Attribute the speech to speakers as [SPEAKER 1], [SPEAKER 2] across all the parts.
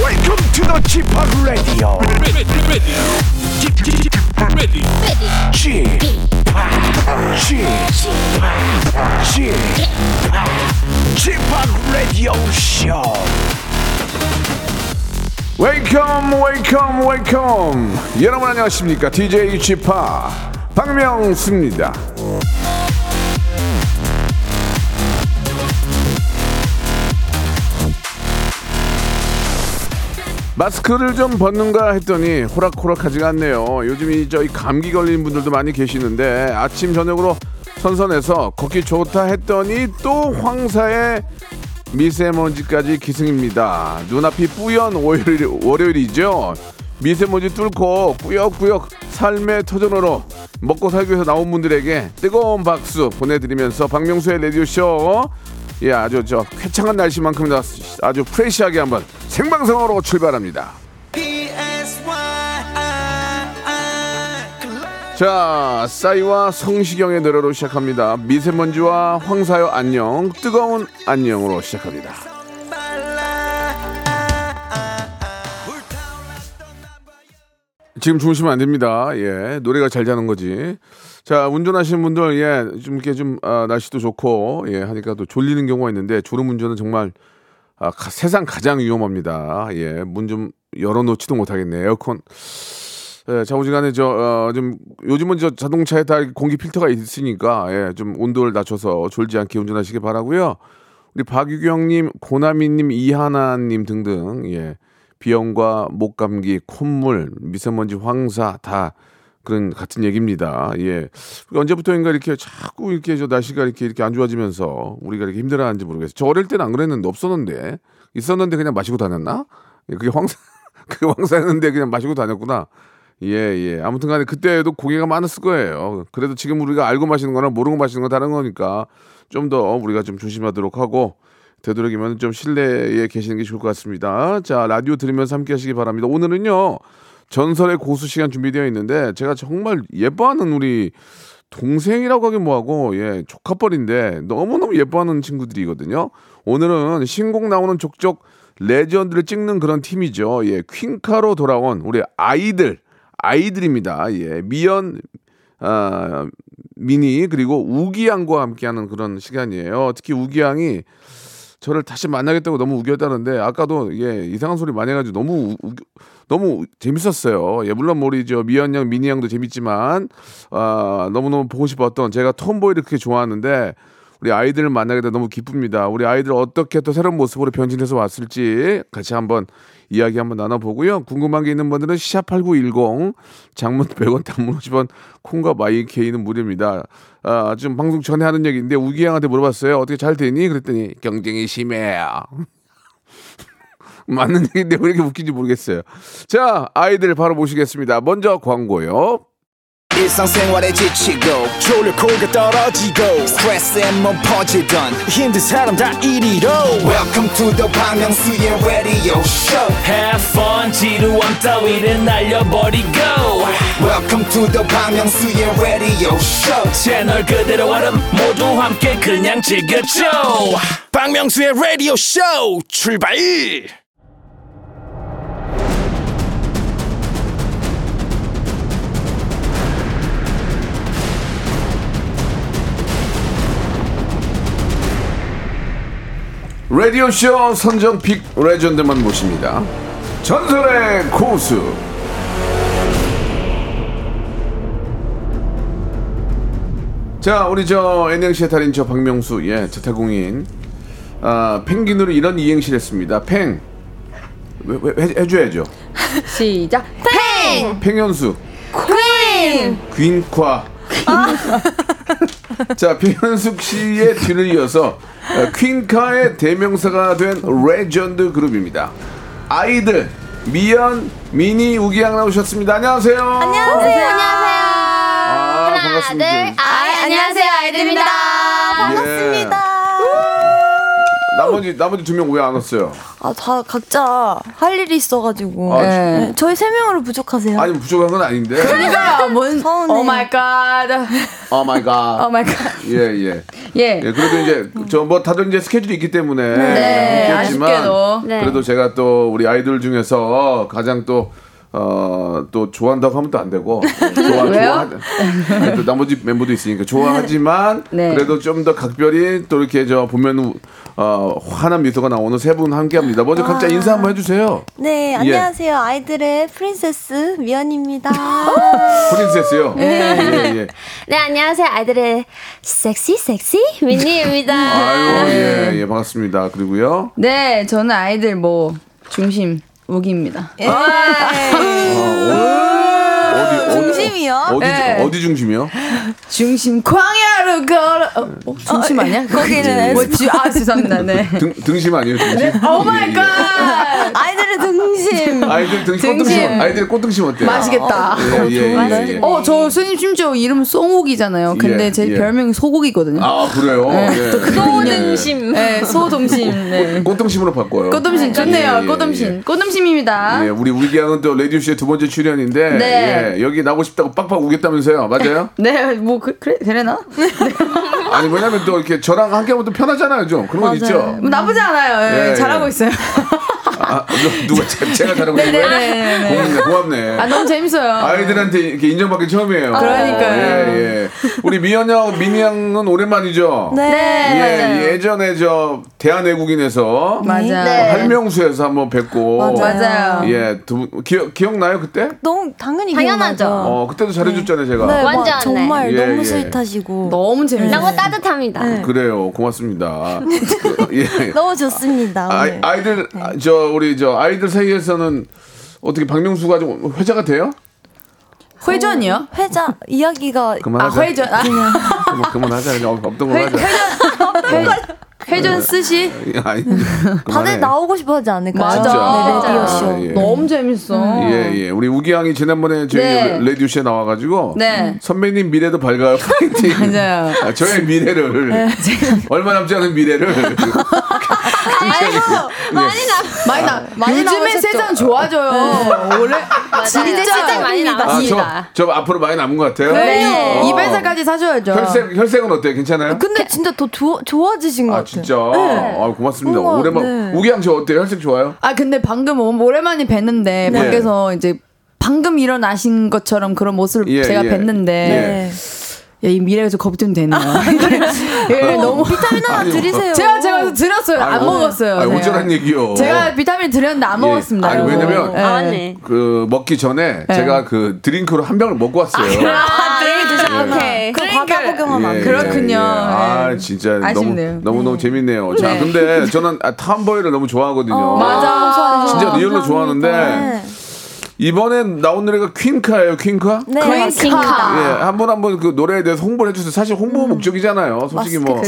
[SPEAKER 1] Welcome to the g p o p Radio.
[SPEAKER 2] ready, ready, ready, ready.
[SPEAKER 1] g p o p g p o p g p o p Radio Show.
[SPEAKER 3] 웨이컴 웨이컴 웨이컴 여러분 안녕하십니까 DJ 지파 박명수입니다 마스크를 좀 벗는가 했더니 호락호락하지가 않네요 요즘 이 저희 감기 걸린 분들도 많이 계시는데 아침 저녁으로 선선해서 걷기 좋다 했더니 또 황사에 미세먼지까지 기승입니다. 눈앞이 뿌연 월요일, 월요일이죠. 미세먼지 뚫고 꾸역꾸역 삶의 터전으로 먹고 살기 위해서 나온 분들에게 뜨거운 박수 보내드리면서 박명수의 라디오쇼 예 아주 저 쾌창한 날씨만큼 나- 아주 프레시하게 한번 생방송으로 출발합니다. 자, 싸이와 성시경의 노래로 시작합니다. 미세먼지와 황사요 안녕, 뜨거운 안녕으로 시작합니다. 지금 주무시면 안 됩니다. 예, 노래가 잘 자는 거지. 자, 운전하시는 분들 예, 좀 이렇게 좀 아, 날씨도 좋고 예 하니까 또 졸리는 경우가 있는데 졸음 운전은 정말 아, 가- 세상 가장 위험합니다. 예, 문 좀 열어놓지도 못하겠네. 에어컨 예, 자우지간에 저좀 요즘은 저 자동차에 다 공기 필터가 있으니까 예, 좀 온도를 낮춰서 졸지 않게 운전하시기 바라고요. 우리 박유경님, 고나미님, 이하나님 등등 예, 비염과 목 감기, 콧물, 미세먼지, 황사 다 그런 같은 얘기입니다. 예, 우리 언제부터인가 이렇게 자꾸 이렇게 저 날씨가 이렇게 이렇게 안 좋아지면서 우리가 이렇게 힘들어하는지 모르겠어요. 저 어릴 때는 안 그랬는데 없었는데 있었는데 그냥 마시고 다녔나? 예, 그게 황사 그게 황사였는데 그냥 마시고 다녔구나. 예, 예. 아무튼 간에 그때도 고기가 많았을 거예요. 그래도 지금 우리가 알고 마시는 거랑 모르고 마시는 건 다른 거니까 좀 더 우리가 좀 조심하도록 하고 되도록이면 좀 실내에 계시는 게 좋을 것 같습니다. 자, 라디오 들으면서 함께 하시기 바랍니다. 오늘은요. 전설의 고수 시간 준비되어 있는데 제가 정말 예뻐하는 우리 동생이라고 하긴 뭐하고 예 조카뻘인데 너무너무 예뻐하는 친구들이거든요. 오늘은 신곡 나오는 족족 레전드를 찍는 그런 팀이죠. 예 퀸카로 돌아온 우리 아이들 아이들입니다. 예 미연 아 미니 그리고 우기양과 함께하는 그런 시간이에요. 특히 우기양이 저를 다시 만나겠다고 너무 우겼다는데 아까도 예 이상한 소리 많이 해가지고 너무 우, 우- 너무 재밌었어요. 예 물론 우리 저 미연 양, 미니 양도 재밌지만 아 너무 너무 보고 싶었던 제가 톰보이를 그렇게 좋아하는데 우리 아이들을 만나게 돼 너무 기쁩니다. 우리 아이들 어떻게 또 새로운 모습으로 변신해서 왔을지 같이 한번 이야기 한번 나눠보고요. 궁금한 게 있는 분들은 샵8910 장문 100원 단문 50원 콩과 마이케이는 무료입니다. 아, 지금 방송 전에 하는 얘기인데 우기 양한테 물어봤어요. 어떻게 잘 되니? 그랬더니 경쟁이 심해요. 맞는 얘기인데 왜 이렇게 웃긴지 모르겠어요. 자, 아이들 바로 모시겠습니다. 먼저 광고요.
[SPEAKER 4] 일상생활에 지치고, 졸려 코가 떨어지고, 스트레스에 몸 퍼지던, 힘든 사람 다 이리로. welcome to the Bang Myung-soo's radio show
[SPEAKER 5] Have fun 지루함 따위를 날려버리고
[SPEAKER 4] welcome to the Bang Myung-soo's radio show
[SPEAKER 5] 채널 그대로 얼음 모두 함께 그냥 즐겨줘
[SPEAKER 2] 박명수의 라디오 쇼 출발!
[SPEAKER 3] 라디오쇼 선정 빅 레전드만 모십니다. 전설의 고수. 자, 우리 저 NLC의 달인 저 박명수, 예, 저태공인. 아, 펭귄으로 이런 이행시를 했습니다. 팽. 왜, 왜, 해, 해줘야죠.
[SPEAKER 6] 시작. 팽!
[SPEAKER 3] 팽현수.
[SPEAKER 6] 퀸!
[SPEAKER 3] 귄과 자 변현숙 씨의 뒤를 이어서 어, 퀸카의 대명사가 된 레전드 그룹입니다. 아이들 미연 미니 우기양 나오셨습니다. 안녕하세요. 안녕하세요.
[SPEAKER 6] 안녕하세요.
[SPEAKER 3] 아, 반갑습니다.
[SPEAKER 6] 아, 안녕하세요. 아이들입니다.
[SPEAKER 3] 반갑습니다. 나머지 나머지 두 명 왜 안 왔어요?
[SPEAKER 7] 아 다 각자 할 일이 있어가지고
[SPEAKER 3] 아,
[SPEAKER 7] 네.
[SPEAKER 8] 네.
[SPEAKER 7] 저희 세 명으로 부족하세요.
[SPEAKER 3] 아니 부족한 건 아닌데.
[SPEAKER 8] 그러니까요. 뭔?
[SPEAKER 7] 서운해.
[SPEAKER 8] 오 마이 갓.
[SPEAKER 3] 오 마이 갓.
[SPEAKER 8] 오 마이 갓.
[SPEAKER 3] Oh 예 예.
[SPEAKER 8] Oh 예.
[SPEAKER 3] 예, 그래도 이제 저 뭐 다들 이제 스케줄이 있기 때문에
[SPEAKER 8] 네,
[SPEAKER 3] 있겠지만
[SPEAKER 8] 아쉽게도.
[SPEAKER 7] 네.
[SPEAKER 3] 그래도 제가 또 우리 아이돌 중에서 가장 또 어, 또 좋아한다고 하면 또 안 되고 좋아
[SPEAKER 8] 왜요?
[SPEAKER 3] 좋아 또 나머지 멤버도 있으니까 좋아하지만
[SPEAKER 8] 네.
[SPEAKER 3] 그래도 좀 더 각별히 또 이렇게 저 보면 어, 환한 미소가 나오는 세 분 함께합니다. 먼저 각자
[SPEAKER 8] 아.
[SPEAKER 3] 인사 한번 해주세요.
[SPEAKER 7] 네 안녕하세요 아이들의 프린세스 미연입니다.
[SPEAKER 3] 프린세스요. 예, 예.
[SPEAKER 7] 네 안녕하세요 아이들의 섹시 섹시 윈니입니다.
[SPEAKER 3] 아유 예, 예 반갑습니다. 그리고요.
[SPEAKER 8] 네, 저는 아이들 뭐 중심 우기입니다.
[SPEAKER 7] 예.
[SPEAKER 3] 어디, 어디
[SPEAKER 7] 중심이요?
[SPEAKER 3] 어디
[SPEAKER 8] 네.
[SPEAKER 3] 어디 중심이요?
[SPEAKER 8] 중심 광야로 걸어. 어, 어, 중심 아니야?
[SPEAKER 7] 거기는
[SPEAKER 8] 뭐, 주, 아 죄송합니다. 네.
[SPEAKER 3] 등, 등심 아니에요 등심?
[SPEAKER 8] 오 마이 갓.
[SPEAKER 7] 아이들의 등심.
[SPEAKER 3] 아이들 등,
[SPEAKER 8] 등심.
[SPEAKER 3] 꽃등심 아이들 꽃등심 어때요?
[SPEAKER 8] 맛있겠다.
[SPEAKER 3] 예예예 예, 예.
[SPEAKER 8] 어, 저 스님 심지어 이름 송옥이잖아요. 근데
[SPEAKER 3] 예,
[SPEAKER 8] 제
[SPEAKER 3] 예.
[SPEAKER 8] 별명이 소곡이거든요.
[SPEAKER 3] 아 그래요?
[SPEAKER 8] 네. 소등심. 네, 소등심. 네.
[SPEAKER 3] 꽃등심으로 바꿔요
[SPEAKER 8] 꽃음심
[SPEAKER 3] 예,
[SPEAKER 8] 좋네요.
[SPEAKER 3] 예,
[SPEAKER 8] 꽃음심.
[SPEAKER 3] 예.
[SPEAKER 8] 꽃음심입니다.
[SPEAKER 3] 예, 우리 우기양은 또 레디오 씨의 두 번째 출연인데
[SPEAKER 8] 네.
[SPEAKER 3] 예, 여기 나고 싶다고 빡빡 우겠다면서요, 맞아요?
[SPEAKER 8] 네, 뭐 그, 그래 되려나?
[SPEAKER 3] 아니 왜냐면 또 이렇게 저랑 함께하면 또 편하잖아요, 좀 그런 건 있죠.
[SPEAKER 8] 뭐 나쁘지 않아요. 예,
[SPEAKER 3] 예,
[SPEAKER 8] 잘하고
[SPEAKER 3] 예.
[SPEAKER 8] 있어요.
[SPEAKER 3] 아, 누- 누가 제- 제가 잘하고 있는 거예요?
[SPEAKER 8] 네네네.
[SPEAKER 3] 고맙네, 고맙네.
[SPEAKER 8] 아 너무 재밌어요. 아,
[SPEAKER 3] 아이들한테 이렇게 인정받기 처음이에요.
[SPEAKER 8] 그러니까요.
[SPEAKER 3] 예, 예. 우리 미연양, 민양은 오랜만이죠.
[SPEAKER 7] 네,
[SPEAKER 8] 네,
[SPEAKER 3] 예, 예전에 저 대한외국인에서
[SPEAKER 8] 맞아.
[SPEAKER 7] 네.
[SPEAKER 3] 할명수에서 한번 뵙고
[SPEAKER 8] 어, 맞아요.
[SPEAKER 3] 예, 두 분- 기억 기억나요 그때?
[SPEAKER 7] 너무 당연히
[SPEAKER 9] 당연하죠.
[SPEAKER 7] 기억나죠.
[SPEAKER 3] 어, 그때도 잘해 줬잖아요, 제가.
[SPEAKER 7] 네, 와,
[SPEAKER 9] 완전,
[SPEAKER 7] 정말
[SPEAKER 3] 네. 예,
[SPEAKER 7] 너무
[SPEAKER 3] 예.
[SPEAKER 7] 스윗하시고
[SPEAKER 8] 너무 재밌어요.
[SPEAKER 9] 너무 따뜻합니다.
[SPEAKER 3] 그래요. 고맙습니다. 그, 예.
[SPEAKER 7] 너무 좋습니다.
[SPEAKER 3] 아이,
[SPEAKER 8] 네.
[SPEAKER 7] 오늘.
[SPEAKER 3] 아이들 아, 저 우리 저 아이들 사이에서는 어떻게 박명수가 좀 회자가 돼요?
[SPEAKER 8] 회전이요?
[SPEAKER 7] 회자 이야기가
[SPEAKER 8] 아
[SPEAKER 3] 그만하자.
[SPEAKER 8] 회전. 아,
[SPEAKER 3] 그만, 그만하자. 그냥 없던 걸로 하자. 네.
[SPEAKER 8] 회전 스시.
[SPEAKER 3] 아니,
[SPEAKER 7] 다들
[SPEAKER 3] 그만해.
[SPEAKER 7] 나오고 싶어 하지 않을까요?
[SPEAKER 8] 맞아.
[SPEAKER 7] 네,
[SPEAKER 8] 진짜.
[SPEAKER 7] 라디오쇼.
[SPEAKER 3] 예.
[SPEAKER 8] 너무 재밌어.
[SPEAKER 3] 예, 예. 우리 우기양이 지난번에 저희
[SPEAKER 8] 네.
[SPEAKER 3] 레디오 씨에 나와가지고
[SPEAKER 8] 네.
[SPEAKER 3] 선배님 미래도 밝아요. 파이팅.
[SPEAKER 8] 맞아요. 네.
[SPEAKER 3] 아, 저의 미래를 얼마 남지 않은 미래를
[SPEAKER 9] 많이 나
[SPEAKER 8] 아, 많이 네. 나.
[SPEAKER 7] 많이
[SPEAKER 8] 요즘에
[SPEAKER 7] 나오셨죠?
[SPEAKER 8] 세상 좋아져요. 원래
[SPEAKER 9] 진짜
[SPEAKER 8] 진짜
[SPEAKER 9] 많이
[SPEAKER 3] 아, 저,
[SPEAKER 9] 나왔습니다.
[SPEAKER 3] 저 앞으로 많이 남은 것 같아요.
[SPEAKER 8] 네.
[SPEAKER 3] 어.
[SPEAKER 8] 입에서까지 사줘야죠.
[SPEAKER 3] 혈색 혈색은 어때요? 괜찮아요?
[SPEAKER 7] 근데 진짜 더 좋아, 좋아지신 것
[SPEAKER 3] 아
[SPEAKER 7] 같아요.
[SPEAKER 3] 진짜.
[SPEAKER 8] 네.
[SPEAKER 3] 아 고맙습니다.
[SPEAKER 7] 우와,
[SPEAKER 3] 오랜만
[SPEAKER 7] 네.
[SPEAKER 3] 우기양 저 어때요? 혈색 좋아요?
[SPEAKER 8] 아 근데 방금 오- 오랜만에
[SPEAKER 3] 네.
[SPEAKER 8] 뵀는데 밖에서 이제 방금 일어나신 것처럼 그런 모습을
[SPEAKER 3] 예,
[SPEAKER 8] 제가
[SPEAKER 3] 예.
[SPEAKER 8] 뵀는데
[SPEAKER 7] 네.
[SPEAKER 8] 야, 이 미래에서 겁이 좀 되네요. 예, 너무
[SPEAKER 7] 비타민 하나
[SPEAKER 3] 아니,
[SPEAKER 7] 드리세요.
[SPEAKER 8] 제가 제가 드렸어요.
[SPEAKER 3] 어.
[SPEAKER 8] 안
[SPEAKER 3] 아이고.
[SPEAKER 8] 먹었어요.
[SPEAKER 3] 아
[SPEAKER 8] 제가.
[SPEAKER 3] 오절한 얘기요.
[SPEAKER 8] 제가 비타민 드렸는데 안 먹었습니다.
[SPEAKER 3] 아니,
[SPEAKER 8] 여러분.
[SPEAKER 3] 왜냐면-
[SPEAKER 8] 예.
[SPEAKER 9] 아네.
[SPEAKER 3] 그 먹기 전에
[SPEAKER 8] 네.
[SPEAKER 3] 제가 그 드링크로 한 병을 먹고 왔어요.
[SPEAKER 9] 아, 드링크 드셔.
[SPEAKER 8] 아,
[SPEAKER 9] 오케이.
[SPEAKER 7] 그
[SPEAKER 8] 그러니까
[SPEAKER 7] 바다 보경만 안
[SPEAKER 3] 예,
[SPEAKER 7] 돼요.
[SPEAKER 8] 그렇군요.
[SPEAKER 3] 예. 아
[SPEAKER 8] 예.
[SPEAKER 3] 진짜
[SPEAKER 8] 아쉽네요.
[SPEAKER 3] 너무 너무 너무 재밌네요. 자
[SPEAKER 8] 네. 어,
[SPEAKER 3] 근데 저는 아, 탐보이를 너무 좋아하거든요.
[SPEAKER 8] 맞아.
[SPEAKER 3] 진짜 리얼로 좋아하는데
[SPEAKER 7] 네.
[SPEAKER 3] 이번에 나온 노래가 퀸카예요. 퀸카?
[SPEAKER 7] 네,
[SPEAKER 9] 거의
[SPEAKER 7] 맞습니다.
[SPEAKER 9] 킹카.
[SPEAKER 3] 예, 한 번 한 번 그 노래에 대해서 홍보를 해주세요. 사실 홍보 목적이잖아요. 솔직히 뭐,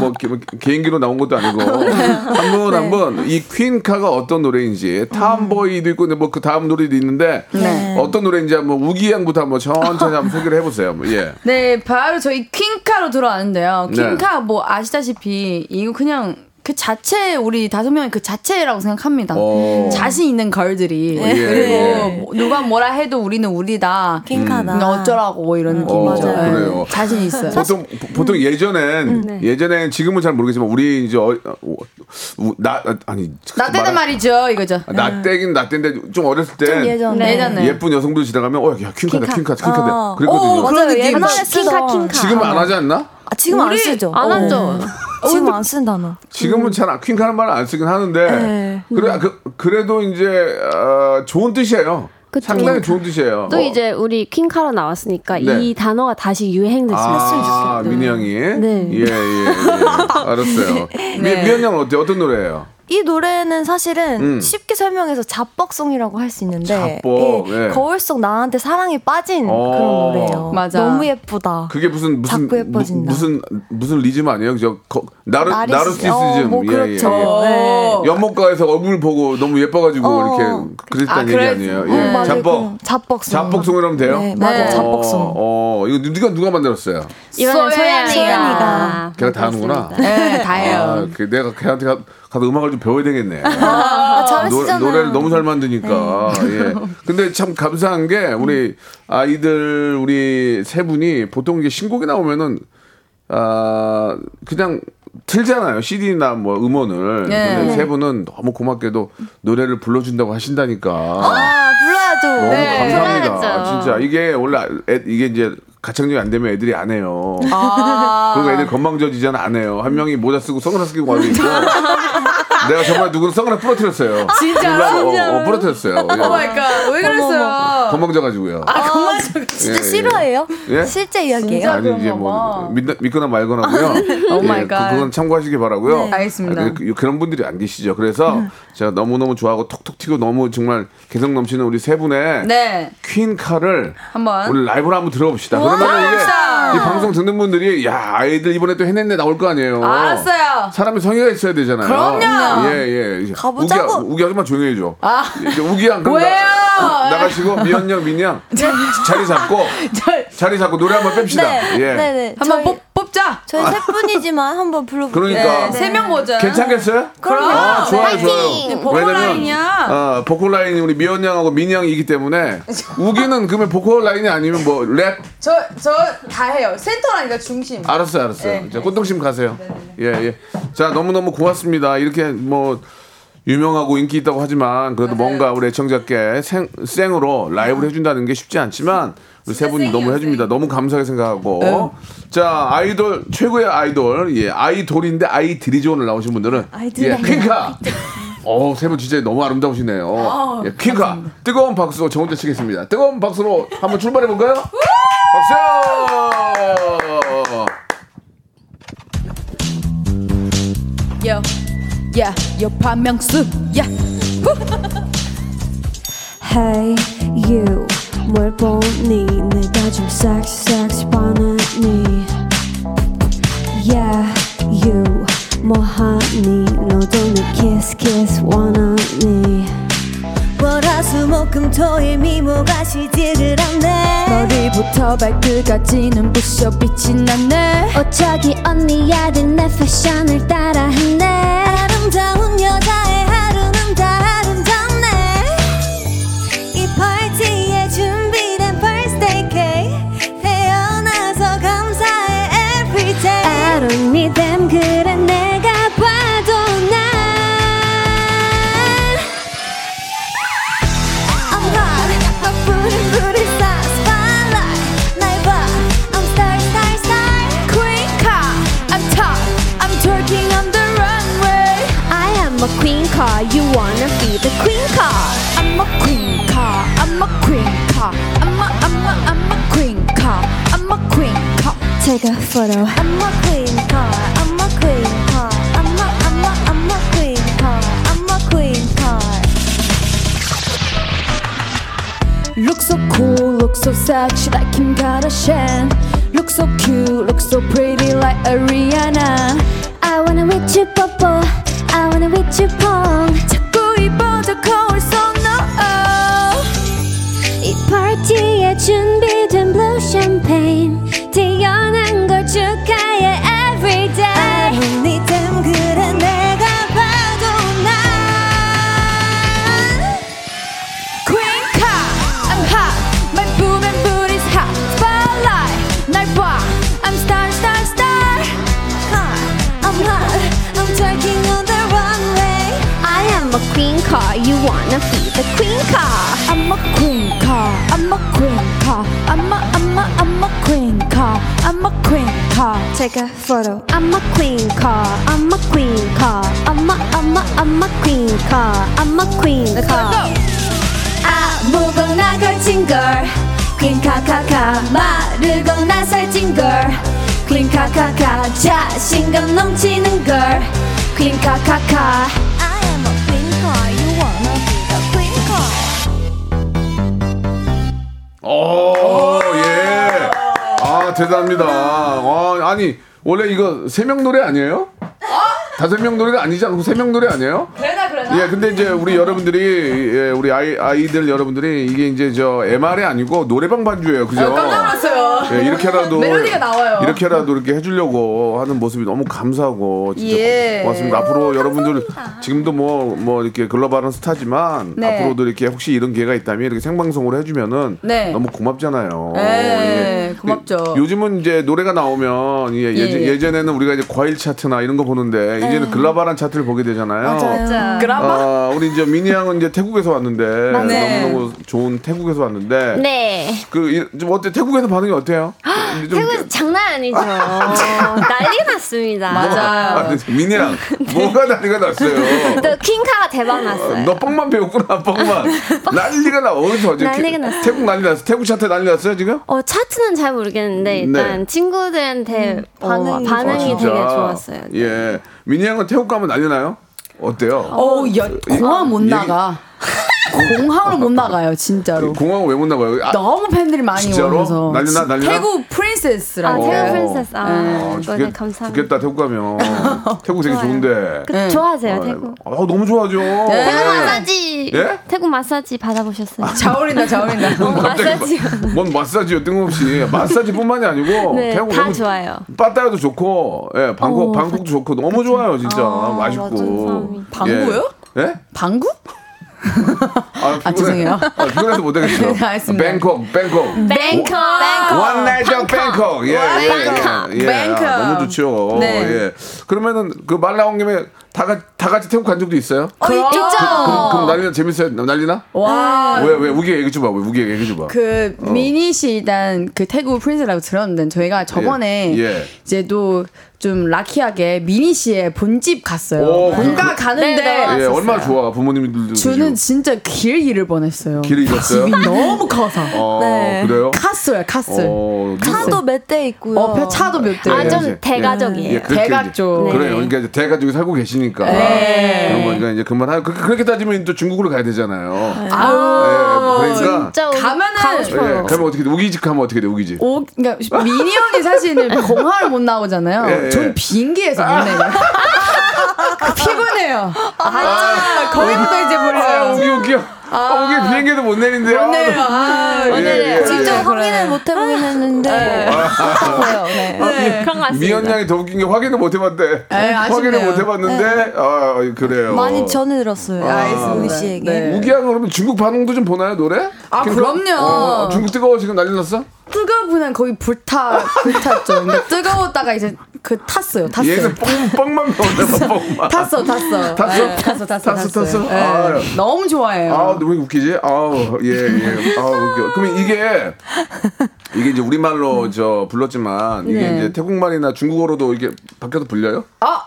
[SPEAKER 3] 뭐, 개- 뭐 개인기로 나온 것도 아니고 한 번 한 번 이 퀸카가 어떤 노래인지 탐보이도 있고 뭐 그 다음 노래도 있는데 어떤 노래인지 한번 우기양부터 한번 천천히 한번 소개를 해보세요. 뭐, 예.
[SPEAKER 8] 네, 바로 저희 퀸카로 들어왔는데요.
[SPEAKER 3] 네.
[SPEAKER 8] 퀸카 뭐 아시다시피 이거 그냥 그 자체 우리 다섯 명이 그 자체라고 생각합니다.
[SPEAKER 3] 어.
[SPEAKER 8] 자신 있는 걸들이 네.
[SPEAKER 3] 예.
[SPEAKER 8] 그리고 뭐 누가 뭐라 해도 우리는 우리다.
[SPEAKER 7] 킹카다.
[SPEAKER 8] 어쩌라고 뭐 이런
[SPEAKER 3] 어,
[SPEAKER 8] 느낌이죠. 네.
[SPEAKER 3] 그래요.
[SPEAKER 8] 자신 있어요.
[SPEAKER 3] 보통 보- 보통 예전엔 예전엔 지금은 잘 모르겠지만 우리 이제 어, 어, 우- 나 아니 그
[SPEAKER 8] 나 때는 말이죠, 이거죠.
[SPEAKER 3] 나 때긴 나 때인데 좀 어렸을 때
[SPEAKER 7] 예전에.
[SPEAKER 8] 네. 예전에.
[SPEAKER 3] 아, 예쁜 여성들 지나가면 어 야 퀸카다 퀸카 퀸카다
[SPEAKER 7] 어.
[SPEAKER 3] 그랬거든요.
[SPEAKER 7] 맞아요.
[SPEAKER 8] 그런
[SPEAKER 9] 예,
[SPEAKER 8] 느낌.
[SPEAKER 7] 옛날에
[SPEAKER 9] 킹카
[SPEAKER 7] 쓰던.
[SPEAKER 9] 킹카.
[SPEAKER 3] 지금은 안 하지 않나?
[SPEAKER 7] 아, 지금 안 쓰죠.
[SPEAKER 9] 안 하죠.
[SPEAKER 7] 어. 지금 안 쓴 단어.
[SPEAKER 3] 지금은 잘 퀸카는 말을 안 쓰긴 하는데
[SPEAKER 7] 음. 네.
[SPEAKER 3] 그래 그, 그래도 이제 어, 좋은 뜻이에요.
[SPEAKER 7] 그
[SPEAKER 3] 상당히 좋은 뜻이에요.
[SPEAKER 9] 또
[SPEAKER 3] 어,
[SPEAKER 9] 이제 우리 퀸카로 나왔으니까
[SPEAKER 3] 네.
[SPEAKER 9] 이 단어가 다시 유행됐으면
[SPEAKER 3] 아
[SPEAKER 9] 좋겠어요.
[SPEAKER 3] 민희 형이 예.
[SPEAKER 9] 네.
[SPEAKER 7] 네.
[SPEAKER 3] 예예 예, 예. 알았어요. 미- 미연 양은 어때 요 어떤 노래예요?
[SPEAKER 7] 이 노래는 사실은
[SPEAKER 3] 음.
[SPEAKER 7] 쉽게 설명해서 자뻑송이라고 할 수 있는데
[SPEAKER 3] 자뻑, 예.
[SPEAKER 7] 거울 속 나한테 사랑에 빠진
[SPEAKER 3] 어.
[SPEAKER 7] 그런 노래예요.
[SPEAKER 8] 맞아.
[SPEAKER 7] 너무 예쁘다.
[SPEAKER 3] 그게 무슨 무슨
[SPEAKER 7] 자꾸
[SPEAKER 3] 무,
[SPEAKER 7] 예뻐진다.
[SPEAKER 3] 무슨 무슨 리즘 아니에요? 저 거, 나르
[SPEAKER 7] 나르시스-
[SPEAKER 3] 나르시시즘
[SPEAKER 7] 어, 뭐
[SPEAKER 3] 예,
[SPEAKER 7] 그렇죠.
[SPEAKER 3] 예, 예.
[SPEAKER 8] 네.
[SPEAKER 3] 연못가에서 얼굴 보고 너무 예뻐가지고
[SPEAKER 7] 어.
[SPEAKER 3] 이렇게 그랬다는
[SPEAKER 8] 아,
[SPEAKER 3] 얘기
[SPEAKER 8] 그래서-
[SPEAKER 3] 아니에요?
[SPEAKER 8] 어,
[SPEAKER 3] 예.
[SPEAKER 7] 맞아요.
[SPEAKER 3] 자뻑
[SPEAKER 7] 그럼 자뻑송.
[SPEAKER 3] 자뻑송이라면 돼요?
[SPEAKER 7] 네, 맞아요.
[SPEAKER 8] 네.
[SPEAKER 7] 자뻑송.
[SPEAKER 3] 어, 어, 이거 누가 누가 만들었어요?
[SPEAKER 9] 이번엔
[SPEAKER 8] 소연이가.
[SPEAKER 9] 소연이가.
[SPEAKER 3] 걔가 다 하는구나.
[SPEAKER 8] 네, 다예요.
[SPEAKER 3] 아, 그 내가 걔한테 가, 가서 음악을 좀 배워야 되겠네.
[SPEAKER 7] 아,
[SPEAKER 3] 노래,
[SPEAKER 7] 잘하시잖아요. 네.
[SPEAKER 3] 노래를 너무 잘 만드니까. 예. 근데 참 감사한 게
[SPEAKER 7] 음.
[SPEAKER 3] 우리 아이들 우리 세 분이 보통 이게 신곡이 나오면은 아 그냥 틀잖아요 CD나 뭐 음원을.
[SPEAKER 8] 네.
[SPEAKER 3] 근데 세 분은 너무 고맙게도 노래를 불러준다고 하신다니까.
[SPEAKER 7] 아, 불러야죠. 네.
[SPEAKER 3] 너무 감사합니다.
[SPEAKER 9] 불안하죠.
[SPEAKER 3] 진짜 이게 원래 애- 이게 이제 가창력이 안 되면 애들이 안 해요.
[SPEAKER 8] 아,
[SPEAKER 3] 그리고 애들 건방져지잖아 안 해요. 한 명이 모자 쓰고 선글라스 끼고 와도 있고. 내가 정말 누군 선글라스 부러뜨렸어요.
[SPEAKER 8] 진짜로?
[SPEAKER 3] 어, 어, 부러뜨렸어요. 예.
[SPEAKER 8] 오 마이 갓. 왜 그랬어요?
[SPEAKER 3] 건방져가지고요.
[SPEAKER 7] 진짜
[SPEAKER 3] 예, 예.
[SPEAKER 7] 싫어해요?
[SPEAKER 3] 예?
[SPEAKER 7] 실제 이야기예요?
[SPEAKER 8] 아, 진짜? 아,
[SPEAKER 3] 아니 이제 뭐
[SPEAKER 8] 그런가 봐.
[SPEAKER 3] 믿, 믿거나 말거나고요.
[SPEAKER 8] 오 마이
[SPEAKER 3] 예, 그-
[SPEAKER 8] 갓.
[SPEAKER 3] 그건 참고하시기 바라고요.
[SPEAKER 8] 네. 알겠습니다. 음.
[SPEAKER 3] 아, 그, 런 분들이 안 계시죠. 그래서 제가 너무 너무 좋아하고 톡톡 튀고 너무 정말 개성 넘치는 우리 세 분의
[SPEAKER 8] 네.
[SPEAKER 3] 퀸 카를
[SPEAKER 8] 한번.
[SPEAKER 3] 우리 라이브로 한번 들어봅시다. 그러면 이게
[SPEAKER 8] 들어봅시다.
[SPEAKER 3] 이 방송 듣는 분들이 야 아이들 이번에 또 해냈네 나올 거 아니에요.
[SPEAKER 8] 알았어요.
[SPEAKER 3] 사람이 성의가 있어야 되잖아요.
[SPEAKER 8] 그럼요.
[SPEAKER 3] 예 예.
[SPEAKER 7] 가보자고.
[SPEAKER 3] 우기, 우기 아줌마 조용히 해줘. 이제 우기 안 그럼
[SPEAKER 8] 왜요? 네.
[SPEAKER 3] 나, 나가시고 미연양 민양 자리 잡고 자리 잡고 노래 한번 뺍시다.
[SPEAKER 7] 네,
[SPEAKER 3] 예.
[SPEAKER 7] 네, 네.
[SPEAKER 8] 한번
[SPEAKER 7] 저희,
[SPEAKER 8] 뽑, 뽑자.
[SPEAKER 7] 저희 세 분이지만 한번 불러볼게요.
[SPEAKER 3] 그러니까.
[SPEAKER 7] 네.
[SPEAKER 8] 세 명 모자.
[SPEAKER 3] 괜찮겠어요?
[SPEAKER 8] 그럼요.
[SPEAKER 3] 아, 좋아요, 좋아요.
[SPEAKER 8] 네, 보컬
[SPEAKER 3] 왜냐면,
[SPEAKER 8] 라인이야.
[SPEAKER 3] 어, 보컬 라인이 우리 미연 양하고 민 양이기 때문에 우기는 그러면 보컬 라인이 아니면 뭐 랩
[SPEAKER 8] 저 저 다 해요. 센터라니까 중심.
[SPEAKER 3] 알았어요, 알았어요.
[SPEAKER 8] 네.
[SPEAKER 3] 자, 꽃동심 가세요. 예, 예. 자, 너무너무 고맙습니다. 이렇게 뭐 유명하고 인기 있다고 하지만 그래도 뭔가 우리 애청자께 생, 생으로 라이브를 해준다는 게 쉽지 않지만 우리 세 분이 너무 해줍니다. 너무 감사하게 생각하고. 자, 아이돌, 최고의 아이돌. 예, 아이돌인데 아이들이 좋은 나오신 분들은.
[SPEAKER 7] 아이들이
[SPEAKER 3] 예,
[SPEAKER 7] 아니라
[SPEAKER 3] 퀸카. 어, 세 분 진짜 너무 아름다우시네요. 예, 퀸카. 뜨거운 박수로 저 혼자 치겠습니다. 뜨거운 박수로 한번 출발해볼까요? 박수!
[SPEAKER 8] 요. 야, 요 박명수. 야.
[SPEAKER 10] Hey you 뭘 보니 내가 좀 섹시 섹시 반하니 Yeah you 뭐하니 너도 내 kiss kiss 원하니
[SPEAKER 7] 월화수목금토의 미모가 시지를 않네
[SPEAKER 8] 머리부터 발끝까지는 부셔 빛이 나네.
[SPEAKER 10] 어쩌기 언니야들 내 패션을 따라했네
[SPEAKER 7] 아름다운 여자의 하루는 다 아름답네 이 파티에 준비된 birthday cake 태어나서 감사해 everyday
[SPEAKER 10] I don't need them 그래 내가 봐도
[SPEAKER 9] 네.
[SPEAKER 10] 난
[SPEAKER 7] I'm hot 막 부들부들 star spotlight 날봐 I'm star star star
[SPEAKER 8] Queen car. I'm top. I'm twerking on the runway.
[SPEAKER 10] I am a queen car you wanna be the queen car
[SPEAKER 8] I'm a queen car. I'm a queen car. I'm a I'm a I'm a queen car. I'm a queen car.
[SPEAKER 10] Take a photo
[SPEAKER 7] I'm a queen car I'm a queen car I'm a I'm a I'm a queen car I'm a queen car
[SPEAKER 8] Look so cool, look so sexy like Kim Kardashian. Look so cute, look so pretty like Ariana.
[SPEAKER 10] I wanna with you 뽀뽀 I wanna with you 뽕
[SPEAKER 8] 자꾸 이뻐져 거울 속 no.
[SPEAKER 10] 이 파티에 준비된 blue champagne 태어난 걸 축하해 every day
[SPEAKER 7] 니 땜그래 내가 봐도 난
[SPEAKER 8] Queen car, I'm hot. My boob and booty's hot. Spotlight, 날 봐. I'm star, star, star.
[SPEAKER 7] hot I'm hot I'm twerking on the runway
[SPEAKER 10] I am a queen car you wanna be the queen car
[SPEAKER 8] I'm a queen car, I'm a queen car. I'm a, I'm a, I'm a queen car. I'm a queen car.
[SPEAKER 10] Take a photo. I'm a queen car. I'm a queen car. I'm a, I'm a, I'm a queen car. I'm a queen car.
[SPEAKER 7] 아 무거나 걸친 걸 Queen 카카카 마르거나 살찐 걸 Queen 카카카 자신감 넘치는 걸 Queen 카카카 I
[SPEAKER 10] queen car. You wanna be the queen car.
[SPEAKER 3] 오, 예. 아, 대단합니다. 아, 아니, 원래 이거 세 명 노래 아니에요? 다섯 명 노래가 아니지 않고 세 명 노래 아니에요?
[SPEAKER 8] 그래나 그래나.
[SPEAKER 3] 예, 근데 이제 우리 여러분들이, 예, 우리 아이, 아이들 여러분들이 이게 이제 저 MR이 아니고 노래방 반주예요. 그죠?
[SPEAKER 8] 깜짝 놀랐어요.
[SPEAKER 3] 예, 이렇게라도
[SPEAKER 8] 멜로디가 나와요.
[SPEAKER 3] 이렇게라도 이렇게 해주려고 하는 모습이 너무 감사하고 진짜
[SPEAKER 8] 예.
[SPEAKER 3] 고맙습니다. 앞으로 여러분들 지금도 뭐 뭐 이렇게 글로벌한 스타지만
[SPEAKER 8] 네.
[SPEAKER 3] 앞으로도 이렇게 혹시 이런 기회가 있다면 이렇게 생방송으로 해주면은
[SPEAKER 8] 네.
[SPEAKER 3] 너무 고맙잖아요.
[SPEAKER 8] 네,
[SPEAKER 3] 예.
[SPEAKER 8] 고맙죠.
[SPEAKER 3] 요즘은 이제 노래가 나오면 예, 예전,
[SPEAKER 8] 예. 네.
[SPEAKER 3] 예전에는 우리가 이제 과일 차트나 이런 거 보는데 이제는 글로벌한 차트를 보게 되잖아요.
[SPEAKER 8] 진짜. 그라마?
[SPEAKER 3] 아, 우리 이제 미니 양은 이제 태국에서 왔는데
[SPEAKER 8] 맞아요.
[SPEAKER 3] 너무너무 좋은 태국에서 왔는데
[SPEAKER 9] 네.
[SPEAKER 3] 그, 이- 좀 어때? 태국에서 반응이 어때요? 좀-
[SPEAKER 9] 아, 태국 장난 아니죠. 난리 났습니다.
[SPEAKER 8] 맞아요.
[SPEAKER 3] 아, 근데 민이랑
[SPEAKER 9] 네.
[SPEAKER 3] 뭐가 난리가 났어요.
[SPEAKER 9] 또 퀸카가 대박 났어요.
[SPEAKER 3] 너 뻥만 배웠구나, 뻥만. 난리가 나, 어디서 어제
[SPEAKER 9] 난리가
[SPEAKER 3] 이렇게
[SPEAKER 9] 났어요.
[SPEAKER 3] 태국 난리 났어. 태국 차트 난리 났어요, 지금?
[SPEAKER 9] 어 차트는 잘 모르겠는데 일단
[SPEAKER 3] 네.
[SPEAKER 9] 친구들한테 어, 반응이,
[SPEAKER 3] 아, 진짜.
[SPEAKER 9] 되게 좋았어요.
[SPEAKER 3] 예. 민이 양은 태국 가면 난리 나요? 아, 어때요?
[SPEAKER 8] 어, 야, 공항 못
[SPEAKER 3] 얘기-
[SPEAKER 8] 나가. 공항을 못 나가요, 진짜로.
[SPEAKER 3] 공항 왜 못 나가요? 아,
[SPEAKER 8] 너무 팬들이 많이
[SPEAKER 3] 진짜로?
[SPEAKER 8] 오면서.
[SPEAKER 3] 난리 나, 난리 나?
[SPEAKER 8] 태국
[SPEAKER 9] 아
[SPEAKER 8] 프린세스라고.
[SPEAKER 9] 태국
[SPEAKER 3] 어.
[SPEAKER 9] 프린세스 아
[SPEAKER 3] 아,
[SPEAKER 9] 이번에
[SPEAKER 3] 죽겠-
[SPEAKER 9] 감사합니다.
[SPEAKER 3] 죽겠다, 태국 가면. 태국 되게 네. 좋은데.
[SPEAKER 9] 그, 좋아하세요 태국? 네.
[SPEAKER 3] 아, 너무 좋아하죠.
[SPEAKER 9] 태국 마사지
[SPEAKER 3] 예?
[SPEAKER 9] 태국 마사지 받아보셨어요?
[SPEAKER 8] 자오린다, 자오린다.
[SPEAKER 3] 예? 갑자기 마- 뭔 마사지요 뜬금없이 마사지뿐만이 아니고
[SPEAKER 9] 네,
[SPEAKER 3] 태국
[SPEAKER 9] 다
[SPEAKER 3] 너무
[SPEAKER 9] 좋아요.
[SPEAKER 3] 빠따야도 좋고 예 방콕
[SPEAKER 9] 어,
[SPEAKER 3] 방콕도 좋고 너무 좋아요 진짜 맛있고
[SPEAKER 9] 감사합니다.
[SPEAKER 8] 방구요?
[SPEAKER 3] 예? 예?
[SPEAKER 8] 방구?
[SPEAKER 3] 아, 피곤해.
[SPEAKER 8] 죄송해요.
[SPEAKER 3] 아, 피곤해서 못하겠어
[SPEAKER 8] 네, 알겠습니다.
[SPEAKER 3] 뱅콕 뱅콕
[SPEAKER 9] 뱅콕
[SPEAKER 3] 원나잇장 뱅콕 예, 예,
[SPEAKER 9] 뱅콕.
[SPEAKER 3] 예, 예.
[SPEAKER 8] 뱅콕.
[SPEAKER 3] 아, 너무 좋죠
[SPEAKER 8] 네.
[SPEAKER 3] 예 그러면은 그 말 나온 김에 다, 같- 다 같이 태국 간 적도 있어요?
[SPEAKER 8] 어,
[SPEAKER 3] 그럼, 그럼
[SPEAKER 8] 있죠.
[SPEAKER 3] 난리나 재밌어요 난리나?
[SPEAKER 8] 와.
[SPEAKER 3] 왜 왜 우기 얘기 좀 봐봐 우기 얘기 좀 봐.
[SPEAKER 8] 그 미니 씨 일단 그 태국 프린스라고 들었는데 저희가 저번에
[SPEAKER 3] 예, 예.
[SPEAKER 8] 이제 또 좀 라키하게 미니 씨의 본집 갔어요.
[SPEAKER 3] 오,
[SPEAKER 8] 본가 가는데
[SPEAKER 9] 네, 네.
[SPEAKER 3] 예 얼마나 좋아 부모님들도 드시고.
[SPEAKER 8] 저는 진짜 길 잃을 뻔했어요.
[SPEAKER 3] 예. 길을 잃었어요?
[SPEAKER 8] 집이 너무 커서.
[SPEAKER 3] 어, 그래요?
[SPEAKER 8] 카스야 카스.
[SPEAKER 3] 어,
[SPEAKER 8] 차도
[SPEAKER 9] 몇 대 있고요.
[SPEAKER 8] 어, 표- 차도 몇 대.
[SPEAKER 9] 아,
[SPEAKER 3] 예.
[SPEAKER 9] 좀 대가족이에요.
[SPEAKER 3] 예, 그렇게
[SPEAKER 8] 대각
[SPEAKER 3] 이제-
[SPEAKER 8] 쪽. 네.
[SPEAKER 3] 그래요. 그러니까 이제 대가 쪽에 살고 계시니까.
[SPEAKER 8] 네.
[SPEAKER 3] 그런 거니까 이제 그만하고 그렇게, 그렇게 따지면 또 중국으로 가야 되잖아요.
[SPEAKER 8] 아우.
[SPEAKER 3] 예, 그러니까
[SPEAKER 9] 진짜 오늘
[SPEAKER 8] 가면은-
[SPEAKER 9] 가고
[SPEAKER 3] 예,
[SPEAKER 9] 싶어요.
[SPEAKER 3] 그러면 어떻게 돼? 우기집 가면 어떻게 돼? 우기집.
[SPEAKER 8] 오, 그러니까 미니 형이 사실은 공항을 못 나오잖아요.
[SPEAKER 3] 예, 예.
[SPEAKER 8] 전 비행기에서 못 내요. 피곤해요. 아, 거기부터 이제
[SPEAKER 3] 아,
[SPEAKER 8] 몰라요.
[SPEAKER 3] 우기 웃겨. 아, 우기 비행기도 못 내린대요. 못
[SPEAKER 8] 네, 아,
[SPEAKER 3] 아, 예, 예,
[SPEAKER 8] 직접
[SPEAKER 3] 예.
[SPEAKER 8] 확인을
[SPEAKER 9] 못 해보긴 했는데 네. 그런 거
[SPEAKER 3] 미연
[SPEAKER 9] 같습니다.
[SPEAKER 3] 양이 예. 더 웃긴 게 확인을 못 해봤대.
[SPEAKER 8] 에,
[SPEAKER 3] 확인을
[SPEAKER 8] 아쉽네요.
[SPEAKER 3] 못 해봤는데, 아, 그래요.
[SPEAKER 9] 전해 들었어요.
[SPEAKER 3] 알겠습니다.
[SPEAKER 9] 우기 씨에게.
[SPEAKER 3] 우기 양 그러면 중국 반응도 좀 보나요, 노래?
[SPEAKER 8] 아, 그럼요.
[SPEAKER 3] 어, 중국 뜨거워 지금 난리 났어?
[SPEAKER 8] 뜨거우면 거의 불타 불탔죠. 근데 뜨거웠다가 이제 그 탔어요. 탔어요.
[SPEAKER 3] 얘는 뻥, 뻥만 배웠나 봐, 뻥만.
[SPEAKER 8] 탔어, 탔어.
[SPEAKER 3] 탔어?
[SPEAKER 8] 네, 탔어, 탔어,
[SPEAKER 3] 탔어, 탔어?
[SPEAKER 8] 네.
[SPEAKER 3] 아유.
[SPEAKER 8] 너무 좋아해요.
[SPEAKER 3] 아, 너무 웃기지? 아우, 예, 예. 아우, 웃겨. 그러면 이게, 이게 이제 우리말로 저 불렀지만, 이게
[SPEAKER 8] 음. 네.
[SPEAKER 3] 이제 태국말이나 중국어로도 이게 바뀌어서 불려요?
[SPEAKER 8] 아,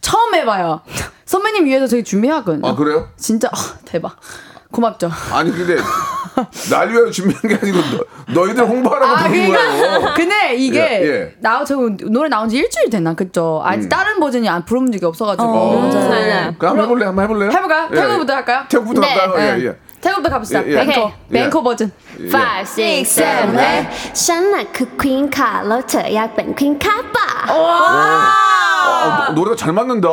[SPEAKER 8] 처음 해봐요. 선배님 위해서 저희 준비해왔거든요.
[SPEAKER 3] 아, 그래요?
[SPEAKER 8] 진짜 아, 대박. 고맙죠.
[SPEAKER 3] 아니, 근데, 날 위하여 준비한 게 아니고, 너, 희들 홍보하라고
[SPEAKER 8] 아,
[SPEAKER 3] 부른
[SPEAKER 8] 그러니까.
[SPEAKER 3] 거예요.
[SPEAKER 8] 근데 이게
[SPEAKER 3] 예, 음. 예.
[SPEAKER 8] 나저 노래 나온 지 일주일 됐나 그죠? 아직 다른 버전이 안 부른 적이 없어가지고
[SPEAKER 3] 음.
[SPEAKER 9] 맞아요.
[SPEAKER 3] 그럼 한번 해볼래? 한번 해볼래요?
[SPEAKER 8] 해볼까요?
[SPEAKER 3] 예,
[SPEAKER 8] 태국부터 할까요?
[SPEAKER 3] 태국부터
[SPEAKER 9] 네.
[SPEAKER 3] 할까요? 예, 예.
[SPEAKER 8] 태국부터 갑시다.
[SPEAKER 3] 예, 예.
[SPEAKER 8] 뱅커
[SPEAKER 9] 오케이.
[SPEAKER 8] 뱅커
[SPEAKER 3] 예.
[SPEAKER 8] 버전.
[SPEAKER 9] 5, 6, 7, 8
[SPEAKER 11] ฉันน่ะ
[SPEAKER 9] 그
[SPEAKER 11] คือควีนค่ะแล้วเธออยากเป็นควีนค่ะป่ะ
[SPEAKER 3] 아, 노- 노래가 잘 맞는다.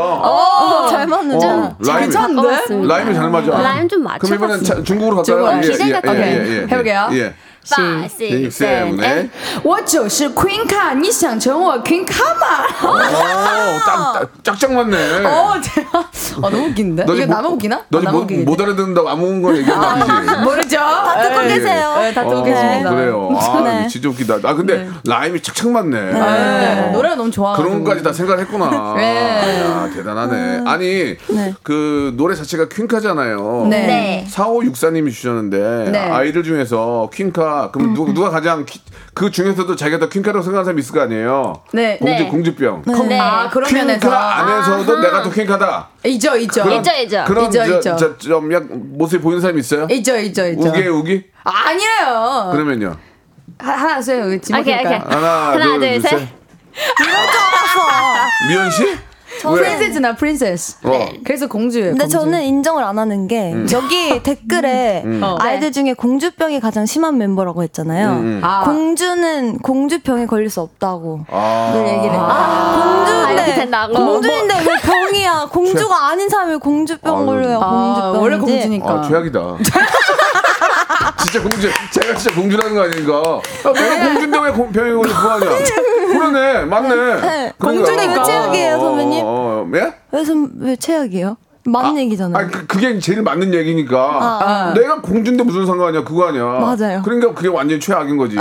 [SPEAKER 9] 잘 맞는
[SPEAKER 3] 어, 라임이,
[SPEAKER 8] 어, 괜찮은데?
[SPEAKER 3] 라임이 잘 맞아.
[SPEAKER 9] 라임 좀 맞춰봤어.
[SPEAKER 3] 그럼 이번엔 자- 중국으로 갈까요?
[SPEAKER 8] 중국으로
[SPEAKER 9] 기대가
[SPEAKER 8] 돼요. 해볼게요. 네,
[SPEAKER 3] 예.
[SPEAKER 9] 5, 6, 7, 8
[SPEAKER 8] 我就是 Queen 卡，你想成我 Queen 卡吗？
[SPEAKER 3] 아, 딱, 딱, 짝짝 어, 맞네. 뭐,
[SPEAKER 8] 어, 제가 어 너무 웃긴데.
[SPEAKER 3] 너네
[SPEAKER 8] 이거
[SPEAKER 3] 못-
[SPEAKER 8] 나만 웃기나?
[SPEAKER 3] 너네
[SPEAKER 8] 아,
[SPEAKER 3] 못,
[SPEAKER 8] 웃기겠지?
[SPEAKER 3] 못 알아듣는다고 아무 걸 얘기하는 거 아니지?
[SPEAKER 8] 모르죠. 네. 다 듣고
[SPEAKER 3] 계세요.
[SPEAKER 8] 다
[SPEAKER 3] 어,
[SPEAKER 8] 듣고 아, 계십니다.
[SPEAKER 3] 그래요. 아, 진짜 웃기다. 아, 근데 라임이 착착 맞네.
[SPEAKER 8] 네,
[SPEAKER 3] 어.
[SPEAKER 8] 노래가 너무 좋아. 음.
[SPEAKER 3] 그런 것까지 다 생각을 했구나.
[SPEAKER 8] 네. 음.
[SPEAKER 3] 아, 대단하네. 아니, 그 노래 자체가 퀸카잖아요.
[SPEAKER 8] 네.
[SPEAKER 9] 네.
[SPEAKER 3] 4564님이 주셨는데,
[SPEAKER 8] 네. 음.
[SPEAKER 3] 아이들 중에서 퀸카, 그럼 누가, 누가 가장, 퀸- 그 중에서도 자기가 더 퀸카라고 생각하는 사람이 있을 거 아니에요?
[SPEAKER 8] 네.
[SPEAKER 3] 공주,
[SPEAKER 9] 네.
[SPEAKER 3] 공주병.
[SPEAKER 9] 네.
[SPEAKER 8] 아 그런 면에서 아.
[SPEAKER 3] 퀸카 안에서도 내가 더 퀸카다.
[SPEAKER 8] 있죠, 있죠.
[SPEAKER 3] 그런-
[SPEAKER 9] 있죠, 있죠.
[SPEAKER 3] 그런
[SPEAKER 8] 있죠,
[SPEAKER 3] 저,
[SPEAKER 8] 있죠.
[SPEAKER 3] 저, 좀 약, 모습이 보이는 사람이 있어요?
[SPEAKER 8] 있죠, 있죠, 어. 있죠.
[SPEAKER 3] 우기에 우기?
[SPEAKER 8] 아니래요.
[SPEAKER 3] 그러면요.
[SPEAKER 8] 하- 하나 쌤 여기
[SPEAKER 9] 오케이,
[SPEAKER 8] 지목할까요?
[SPEAKER 9] 오케이.
[SPEAKER 3] 하나,
[SPEAKER 9] 하나,
[SPEAKER 3] 둘,
[SPEAKER 9] 둘,
[SPEAKER 3] 셋.
[SPEAKER 9] 셋.
[SPEAKER 3] 미연 씨? 왜?
[SPEAKER 8] 프린세스나 프린세스.
[SPEAKER 3] 어.
[SPEAKER 8] 그래서 공주예요.
[SPEAKER 7] 근데
[SPEAKER 8] 공주.
[SPEAKER 7] 저는 인정을 안 하는 게
[SPEAKER 3] 음.
[SPEAKER 7] 여기 댓글에
[SPEAKER 8] 어.
[SPEAKER 7] 아이들 중에 공주병이 가장 심한 멤버라고 했잖아요.
[SPEAKER 3] 음,
[SPEAKER 8] 아.
[SPEAKER 7] 공주는 공주병에 걸릴 수 없다고.
[SPEAKER 3] 아.
[SPEAKER 7] 늘 얘기를 해요.
[SPEAKER 9] 아, 이렇게 된다고.
[SPEAKER 7] 공주인데
[SPEAKER 3] 어,
[SPEAKER 7] 공주인데 왜 병이야? 공주가 아닌 사람이
[SPEAKER 3] 아,
[SPEAKER 7] 공주병 걸려요.
[SPEAKER 8] 아,
[SPEAKER 7] 공주병.
[SPEAKER 8] 원래 공주니까.
[SPEAKER 3] 아, 죄악이다. 진짜 공주, 제가 진짜 공주라는 거 아닌가. 야, 내가 공주인데 왜 공- 병이 걸려 그거 아니야. 그러네, 맞네.
[SPEAKER 7] 네.
[SPEAKER 3] 그러니까.
[SPEAKER 7] 공주니까. 왜 최악이에요, 선배님?
[SPEAKER 3] 어, 어, 어. 예?
[SPEAKER 7] 왜, 선, 왜 최악이에요? 맞는 얘기잖아요. 아.
[SPEAKER 3] 아, 그, 그게 제일 맞는 얘기니까.
[SPEAKER 8] 아.
[SPEAKER 3] 내가 공주인데 무슨 상관이야? 그거 아니야.
[SPEAKER 7] 맞아요.
[SPEAKER 3] 그러니까 그게 완전 최악인 거지.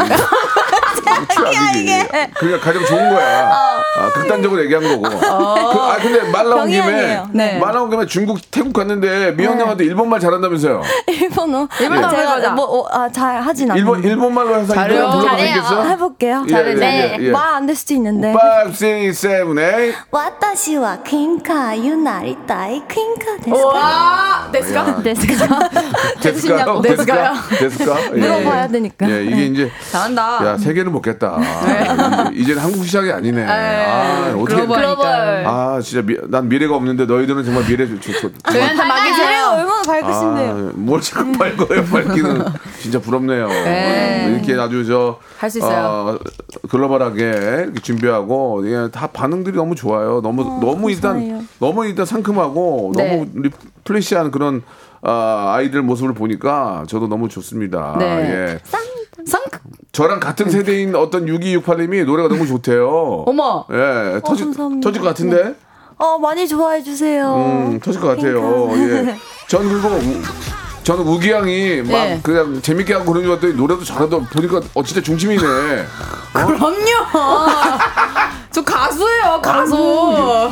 [SPEAKER 3] 최악이지.
[SPEAKER 7] 이게.
[SPEAKER 3] 그러니까 가장 좋은 거야. 아, 극단적으로 얘기한 거고. 그, 아, 근데 말 나온
[SPEAKER 7] 병이
[SPEAKER 3] 김에,
[SPEAKER 7] 아니에요. 네.
[SPEAKER 8] 네.
[SPEAKER 3] 말 나온 김에 중국, 태국 갔는데 미영 형한테 일본말 잘한다면서요?
[SPEAKER 7] 일본어.
[SPEAKER 8] 일본어 해보자.
[SPEAKER 7] 제가 뭐, 어, 아, 잘 하진 않아요.
[SPEAKER 3] 그- 예. 일본, 일본말로 해서
[SPEAKER 8] 잘해요.
[SPEAKER 3] 이거 불러봐
[SPEAKER 9] 잘해요.
[SPEAKER 3] 주겠어?
[SPEAKER 7] 해볼게요.
[SPEAKER 3] 예, 예, 예, 예.
[SPEAKER 7] 말안 될 수도 있는데.
[SPEAKER 3] 5, 6, 7, 8.
[SPEAKER 7] 私は喧嘩ゆなりたい喧嘩ですか
[SPEAKER 3] 아,
[SPEAKER 8] 와, 데스가?
[SPEAKER 3] 됐을까요? 됐을까요? 됐을까? 예.
[SPEAKER 7] 물어봐야 되니까. 네.
[SPEAKER 3] 예, 이게 이제.
[SPEAKER 8] 잘한다.
[SPEAKER 3] 야, 세계는 먹겠다. 이제는 한국 시장이 아니네. 아, 어떻게.
[SPEAKER 8] 글로벌.
[SPEAKER 3] 아, 진짜 미, 난 미래가 없는데 너희들은 정말 미래 좋, 좋, 좋,
[SPEAKER 7] 네.
[SPEAKER 8] 저희는
[SPEAKER 7] 아,
[SPEAKER 8] 다
[SPEAKER 7] 그래요
[SPEAKER 8] 막이세요.
[SPEAKER 7] 얼마나 밝으신데요.
[SPEAKER 3] 아, 뭘 자꾸 밝아요, 밝기는. 진짜 부럽네요. 뭐
[SPEAKER 8] 네.
[SPEAKER 3] 이렇게 아주 저.
[SPEAKER 8] 할수 있어요.
[SPEAKER 3] 어, 글로벌하게 이렇게 준비하고, 예, 다 반응들이 너무 좋아요. 너무, 너무 일단,
[SPEAKER 7] 감사해요.
[SPEAKER 3] 너무 일단 상큼하고,
[SPEAKER 8] 네.
[SPEAKER 3] 너무 리플레시한 그런 아, 아이들 모습을 보니까 저도 너무 좋습니다.
[SPEAKER 8] 네.
[SPEAKER 3] 예.
[SPEAKER 8] 상
[SPEAKER 3] 저랑 같은 세대인 어떤 6268님이 노래가 너무 좋대요.
[SPEAKER 8] 어머.
[SPEAKER 3] 예, 터질,
[SPEAKER 7] 감사합니다.
[SPEAKER 3] 터질 것 같은데?
[SPEAKER 7] 어 많이 좋아해 주세요.
[SPEAKER 3] 음, 터질 것 같아요.
[SPEAKER 7] 그러니까.
[SPEAKER 3] 예. 전 그리고 우- 저는 우기 양이 막
[SPEAKER 8] 예.
[SPEAKER 3] 그냥 재밌게 하고 그런 줄 알았더니 노래도 잘하다 보니까 어 진짜 중심이네.
[SPEAKER 8] 그럼요. 저 가수예요,
[SPEAKER 3] 아, 뭐.
[SPEAKER 8] 가수.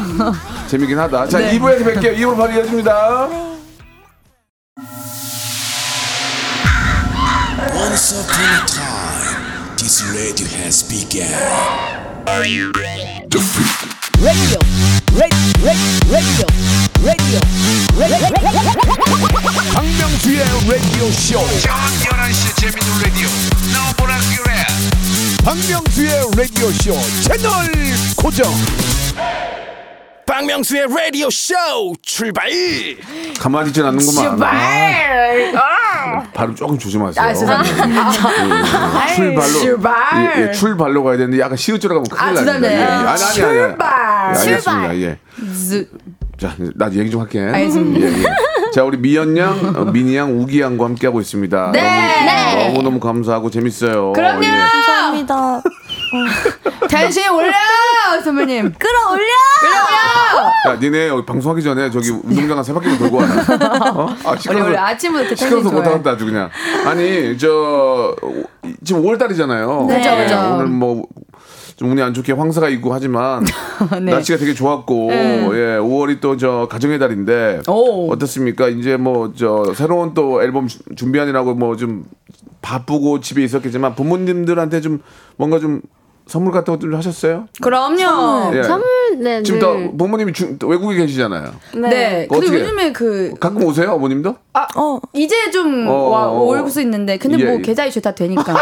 [SPEAKER 3] 재밌긴 하다. 자,
[SPEAKER 8] 네.
[SPEAKER 3] 2부에서 뵐게요. 2부 바로 이어집니다.
[SPEAKER 12] Once upon a time, this radio has begun.
[SPEAKER 4] 박명수의 라디오 쇼. 저녁 11시 재밌는 라디오. 너무나 귀래. 박명수의 라디오 쇼 채널 고정. 박명수의 라디오 쇼 출발.
[SPEAKER 3] 가만히 있진 않는구만.
[SPEAKER 8] 출발.
[SPEAKER 3] 아, 발음 조금 조심하세요. 네.
[SPEAKER 8] 아, 죄송합니다.
[SPEAKER 3] 예, 예. 출발로.
[SPEAKER 8] 출발.
[SPEAKER 3] 예, 예, 출발로 가야 되는데 약간 시옷으로 가면
[SPEAKER 8] 아,
[SPEAKER 3] 큰일 납니다.
[SPEAKER 8] 죄송해요.
[SPEAKER 3] 예, 예. 아니, 아니, 아니.
[SPEAKER 8] 출발.
[SPEAKER 3] 예, 알겠습니다. 예.
[SPEAKER 8] 즈-
[SPEAKER 3] 자, 나 얘기 좀 할게.
[SPEAKER 8] 알겠습니다.
[SPEAKER 3] 예, 예. 자, 우리 미연 양, 어, 미니 양, 우기 양과 함께하고 있습니다.
[SPEAKER 8] 네.
[SPEAKER 3] 너무,
[SPEAKER 8] 네.
[SPEAKER 3] 너무너무 감사하고 재밌어요.
[SPEAKER 8] 그럼요.
[SPEAKER 3] 예.
[SPEAKER 7] 감사합니다.
[SPEAKER 8] 텐션 올려, 선배님.
[SPEAKER 7] 끌어올려.
[SPEAKER 8] 올려.
[SPEAKER 3] 야, 니네 여기 방송하기 전에 저기 운동장 한세 바퀴만 돌고 와. 어? 아,
[SPEAKER 8] 우리 원래
[SPEAKER 3] 시끄러워서.
[SPEAKER 8] 아침부터 텐션
[SPEAKER 3] 시끄러워서
[SPEAKER 8] 좋아해.
[SPEAKER 3] 못하겠다 아주 그냥 아니 저 오, 지금 5월달이잖아요
[SPEAKER 8] 네. 그죠, 그죠.
[SPEAKER 3] 오늘 뭐 좀 운이 안 좋게 황사가 있고 하지만
[SPEAKER 8] 네.
[SPEAKER 3] 날씨가 되게 좋았고 예 5월이 또 저 가정의 달인데
[SPEAKER 8] 오.
[SPEAKER 3] 어떻습니까 이제 뭐 저 새로운 또 앨범 주- 준비하느라고 뭐 좀 바쁘고 집에 있었겠지만 부모님들한테 좀 뭔가 좀 선물 같은 것들 하셨어요?
[SPEAKER 8] 그럼요.
[SPEAKER 3] 예.
[SPEAKER 9] 선물 네,
[SPEAKER 3] 지금
[SPEAKER 9] 늘.
[SPEAKER 3] 또 부모님이 중- 또 외국에 계시잖아요.
[SPEAKER 8] 네. 근데
[SPEAKER 3] 어떻게-
[SPEAKER 8] 요즘에 그
[SPEAKER 3] 가끔 오세요 어머님도?
[SPEAKER 7] 어
[SPEAKER 8] 이제 좀
[SPEAKER 3] 어,
[SPEAKER 8] 와,
[SPEAKER 3] 어, 어.
[SPEAKER 8] 올 수 있는데 근데
[SPEAKER 3] 예,
[SPEAKER 8] 뭐
[SPEAKER 3] 예.
[SPEAKER 8] 계좌 이체 다 되니까.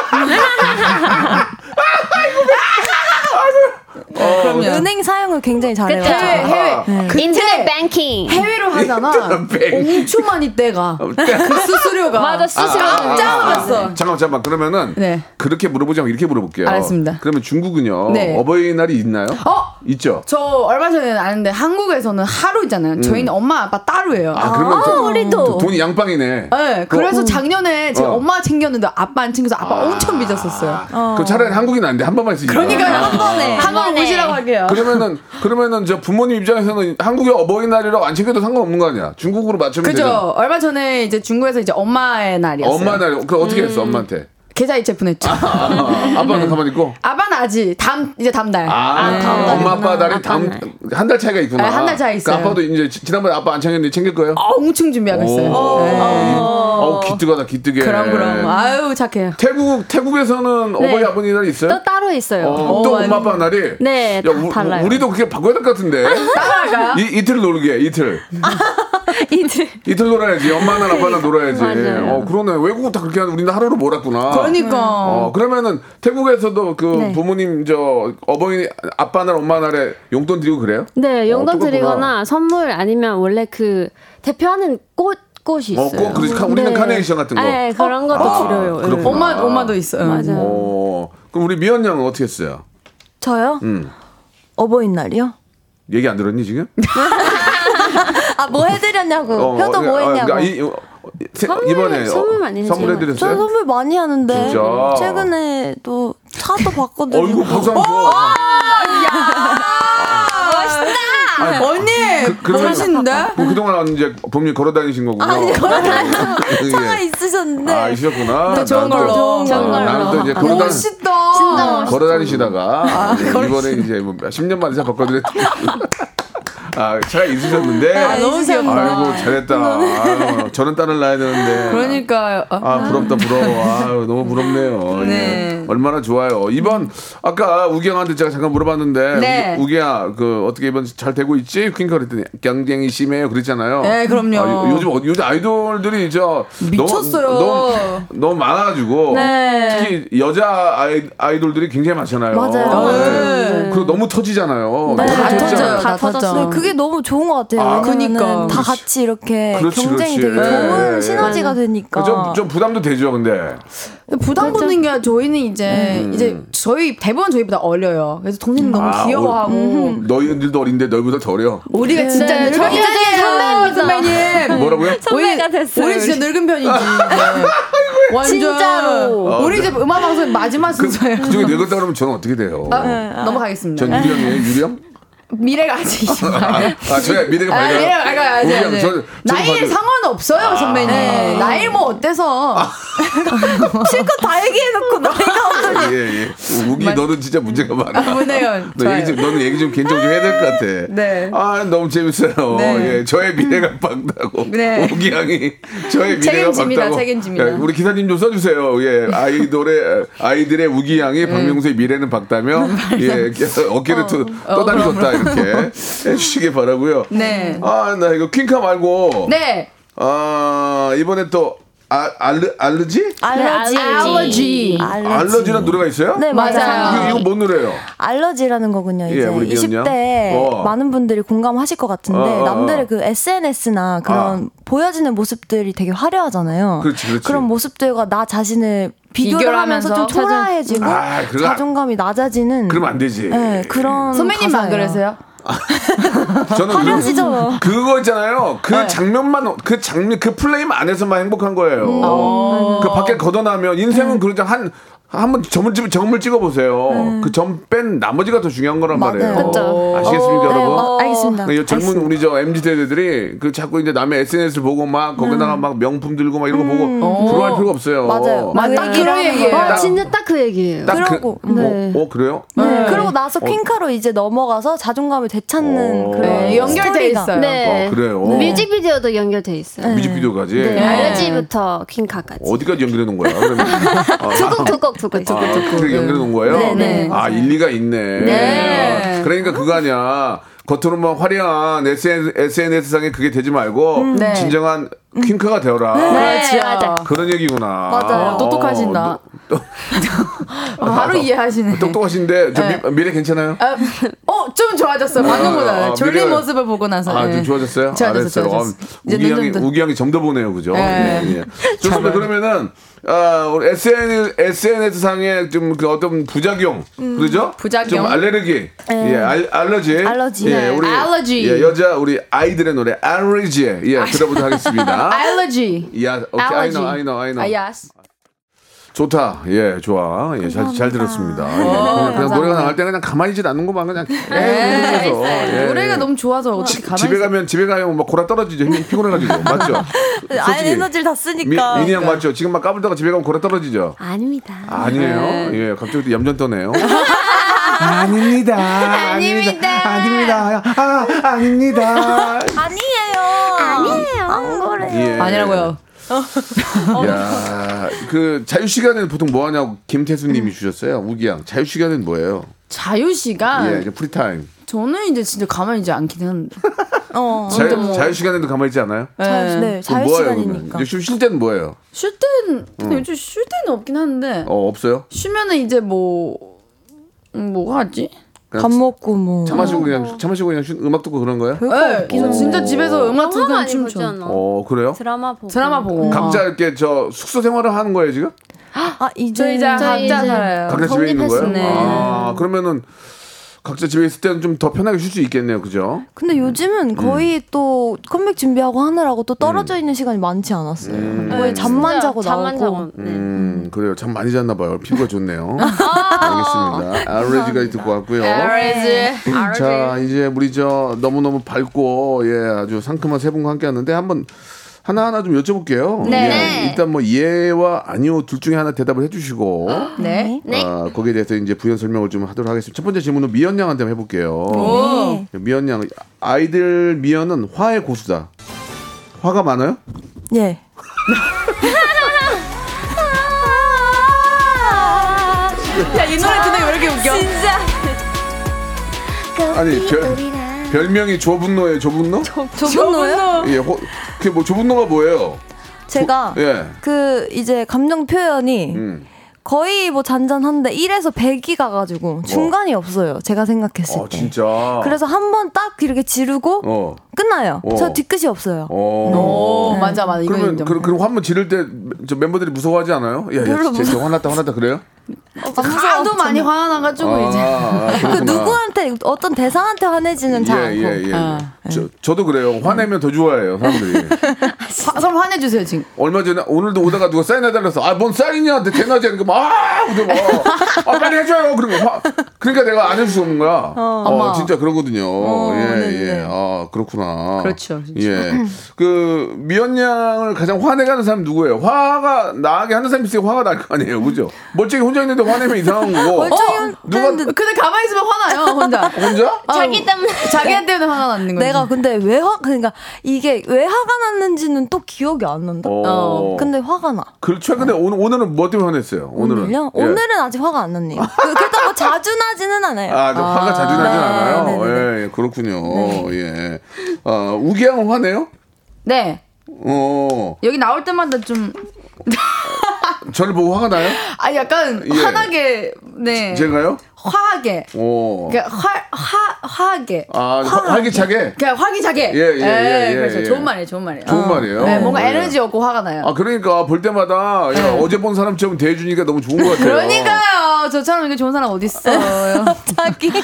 [SPEAKER 8] 네, 그럼요.
[SPEAKER 7] 은행 사용을 굉장히 잘해요.
[SPEAKER 9] 그쵸.
[SPEAKER 8] 해외
[SPEAKER 3] 아.
[SPEAKER 8] 해외
[SPEAKER 3] 네.
[SPEAKER 9] 인터넷 뱅킹.
[SPEAKER 8] 해외로 하잖아.
[SPEAKER 3] 뱅.
[SPEAKER 8] 엄청만
[SPEAKER 3] 아,
[SPEAKER 8] 이때가 그 수수료가
[SPEAKER 9] 맞아 수수료.
[SPEAKER 8] 짱 올랐어.
[SPEAKER 3] 어, 잠깐 잠깐 그러면은
[SPEAKER 8] 네.
[SPEAKER 3] 그렇게 물어보지 않고 이렇게 물어볼게요.
[SPEAKER 8] 알았습니다.
[SPEAKER 3] 그러면 중국은요
[SPEAKER 8] 네.
[SPEAKER 3] 어버이날이 있나요?
[SPEAKER 8] 어?
[SPEAKER 3] 있죠.
[SPEAKER 8] 저 얼마 전에 아는데 한국에서는 하루잖아요. 저희는 엄마 아빠 따로예요.
[SPEAKER 3] 음. 아 그러면 돈-
[SPEAKER 7] 우리도.
[SPEAKER 3] 돈이 양빵이네.
[SPEAKER 8] 네, 그래서 작년에 제가
[SPEAKER 3] 어.
[SPEAKER 8] 엄마 챙겼는데 아빠 안 챙겨서 아빠 엄청 삐졌었어요.
[SPEAKER 3] 그 차라리 한국인 안돼 한 번만 있으니까.
[SPEAKER 8] 그러니까 한 번에
[SPEAKER 9] 한
[SPEAKER 8] 한번
[SPEAKER 9] 번에.
[SPEAKER 8] 오시라고 할게요.
[SPEAKER 3] 그러면은 그러면은 저 부모님 입장에서는 한국의 어버이날이라고 안 챙겨도 상관없는 거 아니야? 중국으로 맞추면
[SPEAKER 8] 그죠?
[SPEAKER 3] 되잖아.
[SPEAKER 8] 얼마 전에 이제 중국에서 이제 엄마의 날이었어요.
[SPEAKER 3] 엄마 날, 그 어떻게 했어
[SPEAKER 8] 음.
[SPEAKER 3] 엄마한테?
[SPEAKER 8] 계좌 이체 분했죠.
[SPEAKER 3] 아, 아빠는 가만히 있고.
[SPEAKER 8] 아빠는 음. 아직 네. 다음 이제 다음 날.
[SPEAKER 3] 아, 엄마 아빠 날이 다음 한 달 차이가 있구나.
[SPEAKER 8] 네, 한달 차이 있어요.
[SPEAKER 3] 그러니까 아빠도 이제 지- 지난번에 아빠 안 챙겼는데 챙길 거예요?
[SPEAKER 8] 어, 엄청 준비하고 있어요. 네.
[SPEAKER 3] 어우 기뜨가다 기뜨게.
[SPEAKER 8] 그럼
[SPEAKER 3] 네.
[SPEAKER 8] 그럼. 아유 네. 착해요.
[SPEAKER 3] 태국 태국에서는 어버이 아버님 날이 있어요?
[SPEAKER 9] 또 따로 있어요.
[SPEAKER 3] 어, 또 엄마 아빠 날이.
[SPEAKER 9] 네,
[SPEAKER 3] 야,
[SPEAKER 9] 다 달라요.
[SPEAKER 3] 우리도 그게 바꿔야 될 것 같은데.
[SPEAKER 8] 따라가.
[SPEAKER 3] 이, 이틀 놀게 이틀.
[SPEAKER 13] 이들.
[SPEAKER 3] 이틀 놀아야지. 엄마나 아빠나 놀아야지.
[SPEAKER 13] 맞아요.
[SPEAKER 3] 어, 그러네. 외국은 다 그렇게 하는 우리는 하루로 몰았구나.
[SPEAKER 8] 그러니까.
[SPEAKER 3] 어, 그러면은 태국에서도 그
[SPEAKER 13] 네.
[SPEAKER 3] 부모님 저 어버이 아빠 날 엄마 날에 용돈 드리고 그래요?
[SPEAKER 13] 네,
[SPEAKER 3] 어,
[SPEAKER 13] 용돈
[SPEAKER 3] 똑같구나.
[SPEAKER 13] 드리거나 선물 아니면 원래 그 대표하는 꽃 꽃이
[SPEAKER 3] 어,
[SPEAKER 13] 있어요.
[SPEAKER 3] 꽃, 그렇지. 카- 우리는 카네이션 같은 거. 아,
[SPEAKER 13] 네, 그런 것도 드려요. 예.
[SPEAKER 3] 그렇구나.
[SPEAKER 8] 엄마 엄마도 있어요.
[SPEAKER 13] 맞아요.
[SPEAKER 3] 어. 그럼 우리 미연 양은 어떻게 했어요?
[SPEAKER 7] 저요?
[SPEAKER 3] 음.
[SPEAKER 7] 어버이날이요?
[SPEAKER 3] 얘기 안 들었니 지금?
[SPEAKER 7] 아 뭐 해드렸냐고. 효도 뭐
[SPEAKER 3] 어,
[SPEAKER 7] 했냐고.
[SPEAKER 3] 그러니까 이, 어, 세-
[SPEAKER 13] 선물,
[SPEAKER 3] 이번에
[SPEAKER 13] 선물 많이 했어요.
[SPEAKER 7] 저
[SPEAKER 3] 선물해드렸어요?
[SPEAKER 7] 선물 많이 하는데
[SPEAKER 3] 진짜?
[SPEAKER 7] 최근에 또 차도 바꿔드리고.
[SPEAKER 3] 얼굴 보상
[SPEAKER 8] 어!
[SPEAKER 3] 좋아.
[SPEAKER 8] 아! 언니
[SPEAKER 3] 그- 그러면-
[SPEAKER 8] 멋있는데? 네,
[SPEAKER 3] 그- 그동안 이제 본인 걸어다니신 거군요.
[SPEAKER 7] 아니 걸어다니고
[SPEAKER 3] 예.
[SPEAKER 7] 차가 있으셨는데.
[SPEAKER 3] 아, 있으셨구나.
[SPEAKER 8] 또 네, 좋은
[SPEAKER 3] 나는 또-
[SPEAKER 8] 걸로.
[SPEAKER 13] 좋은
[SPEAKER 3] 아, 나는 또 이제 걸어다,
[SPEAKER 8] 멋있다. 아,
[SPEAKER 3] 걸어다니시다가 이제 이번에 이제 뭐 10년 만에 차 바꿔드렸. 아, 차가 있으셨는데.
[SPEAKER 8] 아, 너무 귀엽다.
[SPEAKER 3] 아이고 잘했다. 아유, 저는 딸을 낳아야 되는데.
[SPEAKER 8] 그러니까 어,
[SPEAKER 3] 아 부럽다 부러워. 아유 너무 부럽네요.
[SPEAKER 8] 네.
[SPEAKER 3] 예. 얼마나 좋아요. 이번 아까 우경한테 제가 잠깐 물어봤는데
[SPEAKER 8] 네.
[SPEAKER 3] 우- 우경아 그 어떻게 이번 잘 되고 있지? 퀸커 그랬더니 경쟁이 심해요 그랬잖아요.
[SPEAKER 8] 네, 그럼요.
[SPEAKER 3] 아, 요- 요즘 어- 요즘 아이돌들이 저
[SPEAKER 8] 미쳤어요.
[SPEAKER 3] 너무, 너무, 너무 많아가지고
[SPEAKER 13] 네.
[SPEAKER 3] 특히 여자 아이, 아이돌들이 굉장히 많잖아요.
[SPEAKER 13] 맞아요.
[SPEAKER 3] 네. 그리고 너무 터지잖아요. 너무
[SPEAKER 7] 네. 다
[SPEAKER 3] 터지잖아요.
[SPEAKER 7] 터져요.
[SPEAKER 8] 다
[SPEAKER 7] 네, 그게 너무 좋은 것 같아요.
[SPEAKER 3] 아,
[SPEAKER 7] 왜냐면은
[SPEAKER 8] 그러니까.
[SPEAKER 7] 다 같이 이렇게
[SPEAKER 3] 그렇지,
[SPEAKER 7] 경쟁이
[SPEAKER 3] 그렇지.
[SPEAKER 7] 되게
[SPEAKER 3] 예,
[SPEAKER 7] 좋은
[SPEAKER 3] 예.
[SPEAKER 7] 시너지가 되니까.
[SPEAKER 3] 좀, 좀 부담도 되죠, 근데.
[SPEAKER 8] 부담 보는 게 저희는 이제 이제 저희 대부분 저희보다 어려요. 그래서 동생 너무
[SPEAKER 3] 음. 아,
[SPEAKER 8] 귀여워하고
[SPEAKER 3] 너희들도 어린데 너희보다 더 어려.
[SPEAKER 8] 우리가 진짜
[SPEAKER 13] 네, 저희
[SPEAKER 8] 늙은
[SPEAKER 13] 이제
[SPEAKER 8] 편이에요, 선배님.
[SPEAKER 3] 뭐라고요?
[SPEAKER 13] 선배가
[SPEAKER 8] 우리-
[SPEAKER 13] 됐어요,
[SPEAKER 8] 우리 진짜 늙은 편이지. 이제. 완전.
[SPEAKER 13] 진짜로.
[SPEAKER 8] 우리 이제 음악 방송 마지막 순서예요.
[SPEAKER 3] 어, 그 중에 늙었다 그러면 저는 어떻게 돼요?
[SPEAKER 8] 아, 넘어가겠습니다.
[SPEAKER 3] 전 유령이에요, 유령?
[SPEAKER 8] 미래가 아직 있어요.
[SPEAKER 3] 아, 저야 미래가
[SPEAKER 8] 네. 아,
[SPEAKER 3] 밝아요.
[SPEAKER 8] 미래가 알아요, 알아요,
[SPEAKER 3] 우리랑
[SPEAKER 8] 알아요.
[SPEAKER 3] 저- 저
[SPEAKER 8] 나이
[SPEAKER 3] 봐도-
[SPEAKER 8] 상관없어요,
[SPEAKER 3] 아.
[SPEAKER 8] 선배님.
[SPEAKER 7] 네.
[SPEAKER 8] 나이 뭐 어때서?
[SPEAKER 7] 실컷 다 얘기해놓고 나이가 없는
[SPEAKER 3] 예, 예. 우기, 너는 진짜 문제가 많아.
[SPEAKER 8] 아, 보내요.
[SPEAKER 3] 너 네, 얘기
[SPEAKER 8] 좋아요.
[SPEAKER 3] 좀, 너는 얘기 좀 괜정 좀 해야 될 것 같아.
[SPEAKER 8] 네.
[SPEAKER 3] 아, 너무 재밌어요.
[SPEAKER 8] 네.
[SPEAKER 3] 예, 저의 미래가 밝다고.
[SPEAKER 8] 네.
[SPEAKER 3] 우기 양이 저의 미래가
[SPEAKER 8] 책임집니다,
[SPEAKER 3] 밝다고.
[SPEAKER 8] 책임집니다.
[SPEAKER 3] 예, 우리 기사님 좀 써주세요. 예, 아이돌의 아이들의 우기 양이
[SPEAKER 8] 음.
[SPEAKER 3] 박명수의 미래는 밝다며
[SPEAKER 8] 네.
[SPEAKER 3] 예, 어깨를 또 떠다니셨다 이렇게 해주시기 바라고요.
[SPEAKER 8] 네.
[SPEAKER 3] 아, 나 이거 퀸카 말고.
[SPEAKER 8] 네.
[SPEAKER 3] 아 이번에 또 아, 알르 알르지?
[SPEAKER 7] 네, 알러지.
[SPEAKER 8] 알러지.
[SPEAKER 3] 알러지. 란 노래가 있어요?
[SPEAKER 7] 네 맞아요. 그
[SPEAKER 3] 이거, 이거 뭔 노래예요?
[SPEAKER 7] 알러지라는 거군요.
[SPEAKER 3] 예,
[SPEAKER 7] 이제
[SPEAKER 3] 우리 미연 양.
[SPEAKER 7] 20대
[SPEAKER 3] 어.
[SPEAKER 7] 많은 분들이 공감하실 것 같은데
[SPEAKER 3] 어, 어, 어.
[SPEAKER 7] 남들의 그 SNS나 그런 보여지는 모습들이 되게 화려하잖아요.
[SPEAKER 3] 그렇지, 그렇지.
[SPEAKER 7] 런 모습들과 나 자신을 비교를
[SPEAKER 8] 비교를
[SPEAKER 7] 하면서 좀
[SPEAKER 8] 하면서 자존-
[SPEAKER 7] 초라해지고
[SPEAKER 3] 아, 그건 안-
[SPEAKER 7] 자존감이 낮아지는
[SPEAKER 3] 그러면 안 되지.
[SPEAKER 7] 네, 그런
[SPEAKER 8] 음. 선배님만
[SPEAKER 7] 가사예요.
[SPEAKER 8] 그러세요?
[SPEAKER 3] 저는
[SPEAKER 7] 화면지죠. 네.
[SPEAKER 3] 그, 그거 있잖아요. 그 장면만 그 장면 그 플레임 안에서만 행복한 거예요.
[SPEAKER 7] 음. 아, 네.
[SPEAKER 3] 그 밖에 걷어나면 인생은 그러지 한 한번 점을 찍 점을 찍어 보세요. 그 점 뺀 나머지가 더 중요한 거란 말이에요.
[SPEAKER 7] 네. 맞아요. 그쵸.
[SPEAKER 3] 아시겠습니까,
[SPEAKER 7] 네,
[SPEAKER 3] 여러분?
[SPEAKER 7] 어, 알겠습니다.
[SPEAKER 3] 이 젊은 우리 저 MZ 세대들이 그 자꾸 이제 남의 SNS를 보고 막 거기다가 막 명품 들고 막 이런 거 보고 부러워할 필요가 없어요.
[SPEAKER 7] 음. 맞아요.
[SPEAKER 8] 맞아,
[SPEAKER 7] 딱
[SPEAKER 8] 그런
[SPEAKER 7] 그런
[SPEAKER 8] 얘기예요.
[SPEAKER 13] 어,
[SPEAKER 3] 딱-
[SPEAKER 13] 진짜 딱 그 얘기예요.
[SPEAKER 3] 딱
[SPEAKER 7] 그러고,
[SPEAKER 3] 그, 뭐,
[SPEAKER 13] 네.
[SPEAKER 3] 어 그래요?
[SPEAKER 7] 네. 그러고 나서 퀸카로 이제 넘어가서 자존감을 되찾는
[SPEAKER 3] 어.
[SPEAKER 7] 그런
[SPEAKER 8] 네, 연결돼
[SPEAKER 7] 스토리가.
[SPEAKER 8] 있어요.
[SPEAKER 13] 네.
[SPEAKER 3] 어, 그래요.
[SPEAKER 13] 뮤직비디오도 연결돼 있어요. 네,
[SPEAKER 3] 뮤직비디오까지
[SPEAKER 7] 네.
[SPEAKER 3] 아,
[SPEAKER 13] 알러지부터 퀸카까지.
[SPEAKER 3] 어디까지 연결해 놓은 거야? 그러면 아,
[SPEAKER 13] 두곡 두곡 두곡
[SPEAKER 3] 아,
[SPEAKER 13] 두곡.
[SPEAKER 3] 그렇게 연결해 놓은 거예요?
[SPEAKER 13] 네.
[SPEAKER 3] 아, 일리가 있네.
[SPEAKER 8] 네.
[SPEAKER 3] 그러니까 그거 아니야. 겉으로만 화려한 SNS상에 그게 되지 말고
[SPEAKER 8] 네.
[SPEAKER 3] 진정한 퀸카가 되어라.
[SPEAKER 8] 네,
[SPEAKER 13] 맞아.
[SPEAKER 3] 그런 얘기구나.
[SPEAKER 7] 맞아요.
[SPEAKER 3] 어,
[SPEAKER 8] 똑똑하신다. 바로 이해하시네.
[SPEAKER 3] 아, 똑똑하신데 저
[SPEAKER 8] 네.
[SPEAKER 3] 미, 래 괜찮아요?
[SPEAKER 8] 아, 어, 좀 좋아졌어요. 방금보다.
[SPEAKER 3] 아,
[SPEAKER 8] 졸린
[SPEAKER 3] 미래가-
[SPEAKER 8] 모습을 보고 나서.
[SPEAKER 3] 아,
[SPEAKER 8] 예.
[SPEAKER 3] 좀 좋아졌어요?
[SPEAKER 8] 좋아졌어,
[SPEAKER 3] 알았어요.
[SPEAKER 8] 좋아졌어. 이제
[SPEAKER 3] 우기 양이,
[SPEAKER 8] 눈 좀-
[SPEAKER 3] 우기 양이 점더 보네요, 그죠?
[SPEAKER 8] 네.
[SPEAKER 3] 예, 예. 좋습니다. 그러면은, 아, 우리 SNS, SNS상의 좀 그 어떤 부작용, 그죠?
[SPEAKER 8] 음, 부작용. 네.
[SPEAKER 3] 좀 알레르기. 예, 알, 알러지.
[SPEAKER 7] 알러지.
[SPEAKER 3] 예, 우리.
[SPEAKER 8] 알러지. 아,
[SPEAKER 3] 예, 여자, 우리 아이들의 노래, 알러지. 예, 들어보도록 하겠습니다.
[SPEAKER 8] 알러지.
[SPEAKER 3] 야, 오케이,
[SPEAKER 8] 알러지.
[SPEAKER 3] 아이너, 아이너, 아이너.
[SPEAKER 8] 아, yes.
[SPEAKER 3] 좋다. 예, 좋아. 예, 잘, 잘 들었습니다. 예,
[SPEAKER 8] 어,
[SPEAKER 3] 그냥, 그냥 노래가 나갈 때 그냥 가만히 있지 않는구만. 그냥 계속 해서. 예,
[SPEAKER 8] 네, 노래가
[SPEAKER 3] 예.
[SPEAKER 8] 너무 좋아서 어떻게 가만히
[SPEAKER 3] 집에
[SPEAKER 8] 있어.
[SPEAKER 3] 가면 집에 가면 막 고라 떨어지죠. 힘이 피곤해가지고 맞죠?
[SPEAKER 7] 아예
[SPEAKER 3] 솔직히.
[SPEAKER 7] 에너지를 다
[SPEAKER 3] 미,
[SPEAKER 7] 쓰니까.
[SPEAKER 3] 미니 양 맞죠? 지금 막 까불다가 집에 가면 고라 떨어지죠?
[SPEAKER 13] 아닙니다.
[SPEAKER 7] 네.
[SPEAKER 3] 아니에요. 예, 갑자기 또 얌전 떠네요. 아닙니다. 아닙니다. 아닙니다. 아, 아닙니다.
[SPEAKER 7] 아니에요. 아니에요. 안 그래.
[SPEAKER 3] 예.
[SPEAKER 8] 아니라고요. 어.
[SPEAKER 3] 야, 그 자유 시간에는 보통 뭐 하냐고
[SPEAKER 7] 음.
[SPEAKER 3] 김태수님이 주셨어요. 우기 양 자유 시간은 뭐예요?
[SPEAKER 8] 자유 시간.
[SPEAKER 7] 아.
[SPEAKER 3] 예, 이제 프리타임.
[SPEAKER 8] 저는 이제 진짜 가만히 있지 않긴 한데.
[SPEAKER 7] 어.
[SPEAKER 3] 자유, 자유 시간에도 가만히 있지 않아요?
[SPEAKER 8] 자유- 네,
[SPEAKER 3] 그럼
[SPEAKER 7] 자유
[SPEAKER 3] 뭐예요,
[SPEAKER 7] 시간이니까.
[SPEAKER 3] 그러면? 요즘 쉴 때는 뭐예요?
[SPEAKER 8] 쉴 땐, 근데
[SPEAKER 3] 음.
[SPEAKER 8] 요즘 쉴 때는 없긴 한데,
[SPEAKER 3] 어, 없어요?
[SPEAKER 8] 쉬면은 이제 뭐, 음, 뭐가 하지?
[SPEAKER 3] 그냥 밥
[SPEAKER 7] 먹고 뭐.
[SPEAKER 3] 차 마시고 그냥 차 마시고 그냥 쉬- 음악 듣고 그런 거예요?
[SPEAKER 8] 네, 저 진짜 집에서 음악
[SPEAKER 9] 영화
[SPEAKER 8] 듣는
[SPEAKER 9] 많이
[SPEAKER 8] 춤
[SPEAKER 9] 보지
[SPEAKER 8] 춰.
[SPEAKER 9] 않아?
[SPEAKER 3] 어, 그래요?
[SPEAKER 9] 드라마 보고.
[SPEAKER 8] 드라마 보고.
[SPEAKER 3] 각자 이렇게 저 숙소 생활을 하는 거예요, 지금?
[SPEAKER 7] 아, 이제
[SPEAKER 8] 저희 이제 각자 살아요.
[SPEAKER 3] 각자 집에 있는 거예요?
[SPEAKER 8] 독립했어요.
[SPEAKER 3] 아, 그러면은 각자 집에 있을 때는 좀 더 편하게 쉴 수 있겠네요. 그죠?
[SPEAKER 7] 근데
[SPEAKER 3] 음.
[SPEAKER 7] 요즘은 거의 또 컴백 준비하고 하느라고 또 떨어져 있는 시간이 많지 않았어요. 거의 네, 잠만 자고
[SPEAKER 9] 네. 잠만
[SPEAKER 7] 나오고.
[SPEAKER 9] 자고. 네.
[SPEAKER 3] 음, 그래요. 참 많이 잤나 봐요. 피부가 좋네요. 알겠습니다. 아레지가 듣고 왔고요.
[SPEAKER 9] 아레지, 아레지.
[SPEAKER 3] 자, 이제 우리 저 너무너무 밝고 예, 아주 상큼한 세 분과 함께 하는데 한번 하나하나 좀 여쭤볼게요.
[SPEAKER 9] 네.
[SPEAKER 3] 예, 일단 뭐 예와 아니요 둘 중에 하나 대답을 해 주시고
[SPEAKER 8] 네.
[SPEAKER 3] 아, 거기에 대해서 이제 부연 설명을 좀 하도록 하겠습니다. 첫 번째 질문은 미연 양한테 한번 해볼게요.
[SPEAKER 7] 네.
[SPEAKER 8] 오.
[SPEAKER 3] 네. 미연 양 아이들 미연은 화의 고수다. 화가 많아요?
[SPEAKER 7] 예.
[SPEAKER 8] 야, 이 노래 근데 왜 이렇게 웃겨?
[SPEAKER 9] 진짜.
[SPEAKER 3] 아니 별, 별명이 조분노예요. 조분노?
[SPEAKER 7] 저분노요?
[SPEAKER 3] 예, 호, 그게 뭐 조분노가 뭐예요?
[SPEAKER 7] 제가
[SPEAKER 3] 예.
[SPEAKER 7] 그 이제 감정 표현이
[SPEAKER 3] 음.
[SPEAKER 7] 거의 뭐 잔잔한데 1에서 100이 가가지고 중간이 없어요. 제가 생각했을
[SPEAKER 3] 어,
[SPEAKER 7] 때.
[SPEAKER 3] 진짜.
[SPEAKER 7] 그래서 한 번 딱 이렇게 지르고
[SPEAKER 3] 어.
[SPEAKER 7] 끝나요.
[SPEAKER 3] 어.
[SPEAKER 7] 저 뒤끝이 없어요.
[SPEAKER 3] 어.
[SPEAKER 8] 오, 맞아, 맞아. 이거
[SPEAKER 3] 그러면
[SPEAKER 8] 인정.
[SPEAKER 3] 그, 그럼 한번 지를 때 저 멤버들이 무서워하지 않아요? 야, 야,
[SPEAKER 7] 별로
[SPEAKER 3] 쟤, 쟤 화났다 화났다 그래요?
[SPEAKER 8] 하도 많이 아, 화가 나가지고
[SPEAKER 3] 아,
[SPEAKER 8] 이제.
[SPEAKER 3] 아,
[SPEAKER 7] 그
[SPEAKER 3] 그렇구나.
[SPEAKER 7] 누구한테 어떤 대사한테 화내지는 잘
[SPEAKER 3] 예,
[SPEAKER 7] 않고.
[SPEAKER 3] 예, 예. 저, 저도 그래요. 화내면 더 좋아해요, 사람들이.
[SPEAKER 8] 화, 그럼 화내주세요, 지금.
[SPEAKER 3] 얼마 전에 오늘도 오다가 누가 사인해달라서 아 뭔 사인이야 내 대낮에 하니까 막아 근데 막아 빨리 해줘요 그러면 화 그러니까 내가 안 해줄 수 없는 거야 어,
[SPEAKER 8] 어머.
[SPEAKER 3] 진짜 그러거든요 예,
[SPEAKER 8] 어, 네네.
[SPEAKER 3] 예예아 그렇구나 예.
[SPEAKER 8] 그렇죠, 진짜.
[SPEAKER 3] 예그 미연 양을 가장 화내게 하는 사람이 누구예요 화가 나게 하는 사람이 있으니 화가 날 거 아니에요 그죠 멀쩡히 혼자 있는데 화내면 이상한 거고 어?
[SPEAKER 8] 멀쩡히
[SPEAKER 3] 누가
[SPEAKER 8] 근데 가만히 있으면 화나요, 혼자.
[SPEAKER 3] 혼자
[SPEAKER 9] 자기 때문에.
[SPEAKER 8] 자기한테 때문에 화가 나는 거지.
[SPEAKER 3] 음.
[SPEAKER 7] 내가 근데 왜 화, 그러니까 이게 왜 화가 났는지는 또 기억이 안 난다.
[SPEAKER 3] 어.
[SPEAKER 7] 근데 화가 나.
[SPEAKER 3] 그 최근에 오늘 오늘은 뭐 때문에 화냈어요 오늘은
[SPEAKER 7] 오늘요?
[SPEAKER 3] 예.
[SPEAKER 7] 오늘은 아직 화가 안 났네요. 그- 그렇다고 자주 나지는 않아요.
[SPEAKER 3] 아, 좀 화가 자주 나진
[SPEAKER 7] 네,
[SPEAKER 3] 않아요.
[SPEAKER 7] 네, 네,
[SPEAKER 3] 예, 예, 그렇군요. 예. 아, 우기양은 화내요?
[SPEAKER 8] 네.
[SPEAKER 3] 어,
[SPEAKER 8] 여기 나올 때마다 좀.
[SPEAKER 3] 저를 보고 화가 나요?
[SPEAKER 8] 아, 약간
[SPEAKER 3] 예.
[SPEAKER 8] 화나게, 네.
[SPEAKER 3] 제가요?
[SPEAKER 8] 화하게.
[SPEAKER 3] 어.
[SPEAKER 8] 그러니까 화, 화, 화하게.
[SPEAKER 3] 아, 화- 활기차게?
[SPEAKER 8] 그냥 화기자게.
[SPEAKER 3] 예, 예, 예, 예,
[SPEAKER 8] 그렇죠.
[SPEAKER 3] 예.
[SPEAKER 8] 좋은 말이에요, 좋은 말이에요.
[SPEAKER 3] 좋은 말이에요.
[SPEAKER 8] 네, 뭔가
[SPEAKER 3] 예.
[SPEAKER 8] 에너지 없고 화가 나요.
[SPEAKER 3] 아, 그러니까 볼 때마다 야, 어제 본 사람처럼 대해주니까 너무 좋은 것 같아요.
[SPEAKER 8] 그러니까요. 저처럼 이게 좋은 사람 어디 있어요? 자기.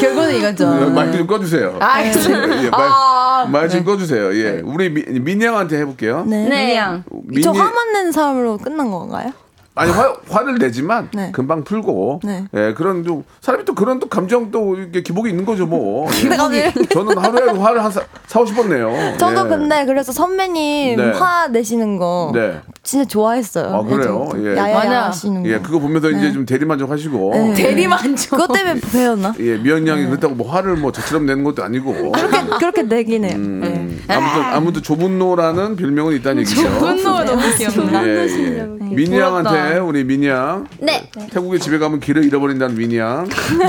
[SPEAKER 8] 결국은 이거죠.
[SPEAKER 3] 마이크 좀 꺼주세요.
[SPEAKER 8] 아,
[SPEAKER 3] 예, 예,
[SPEAKER 8] 아. 네.
[SPEAKER 3] 마이크, 마이크 좀 꺼주세요. 예. 우리 미, 민양한테 해볼게요.
[SPEAKER 7] 네.
[SPEAKER 8] 그냥.
[SPEAKER 3] 민이,
[SPEAKER 7] 저 화만 낸 사람으로 끝난 건가요?
[SPEAKER 3] 아니, 화, 화를 내지만
[SPEAKER 7] 네.
[SPEAKER 3] 금방 풀고.
[SPEAKER 7] 네.
[SPEAKER 3] 예, 그런 좀, 사람이 또 그런 또 감정 또 이렇게 기복이 있는 거죠, 뭐. 예.
[SPEAKER 7] 내가 왜
[SPEAKER 3] 저는 하루에 화를 한 사, 4, 50번 내요.
[SPEAKER 7] 저도
[SPEAKER 3] 예.
[SPEAKER 7] 근데 그래서 선배님
[SPEAKER 3] 네.
[SPEAKER 7] 화 내시는 거
[SPEAKER 3] 네.
[SPEAKER 7] 진짜 좋아했어요.
[SPEAKER 3] 아, 그래요? 예.
[SPEAKER 7] 야야야
[SPEAKER 8] 맞아.
[SPEAKER 7] 하시는 거.
[SPEAKER 3] 예, 그거 보면서
[SPEAKER 7] 네.
[SPEAKER 3] 이제 좀 대리만족 하시고.
[SPEAKER 8] 대리만족.
[SPEAKER 7] 그것 때문에 배웠나?
[SPEAKER 3] 예, 미연
[SPEAKER 7] 네.
[SPEAKER 3] 양이 그렇다고 뭐 화를 뭐 저처럼 내는 것도 아니고.
[SPEAKER 7] 그렇게 그렇게 내긴 해요. 네.
[SPEAKER 3] 음, 아무튼, 아무튼 조분노라는 별명은 있다는 얘기죠.
[SPEAKER 8] 분노가 너무 귀엽네.
[SPEAKER 3] 예, 예. 민이 양한테 우리 민이 양.
[SPEAKER 9] 네.
[SPEAKER 3] 태국에 집에 가면 길을 잃어버린다는 민이 양.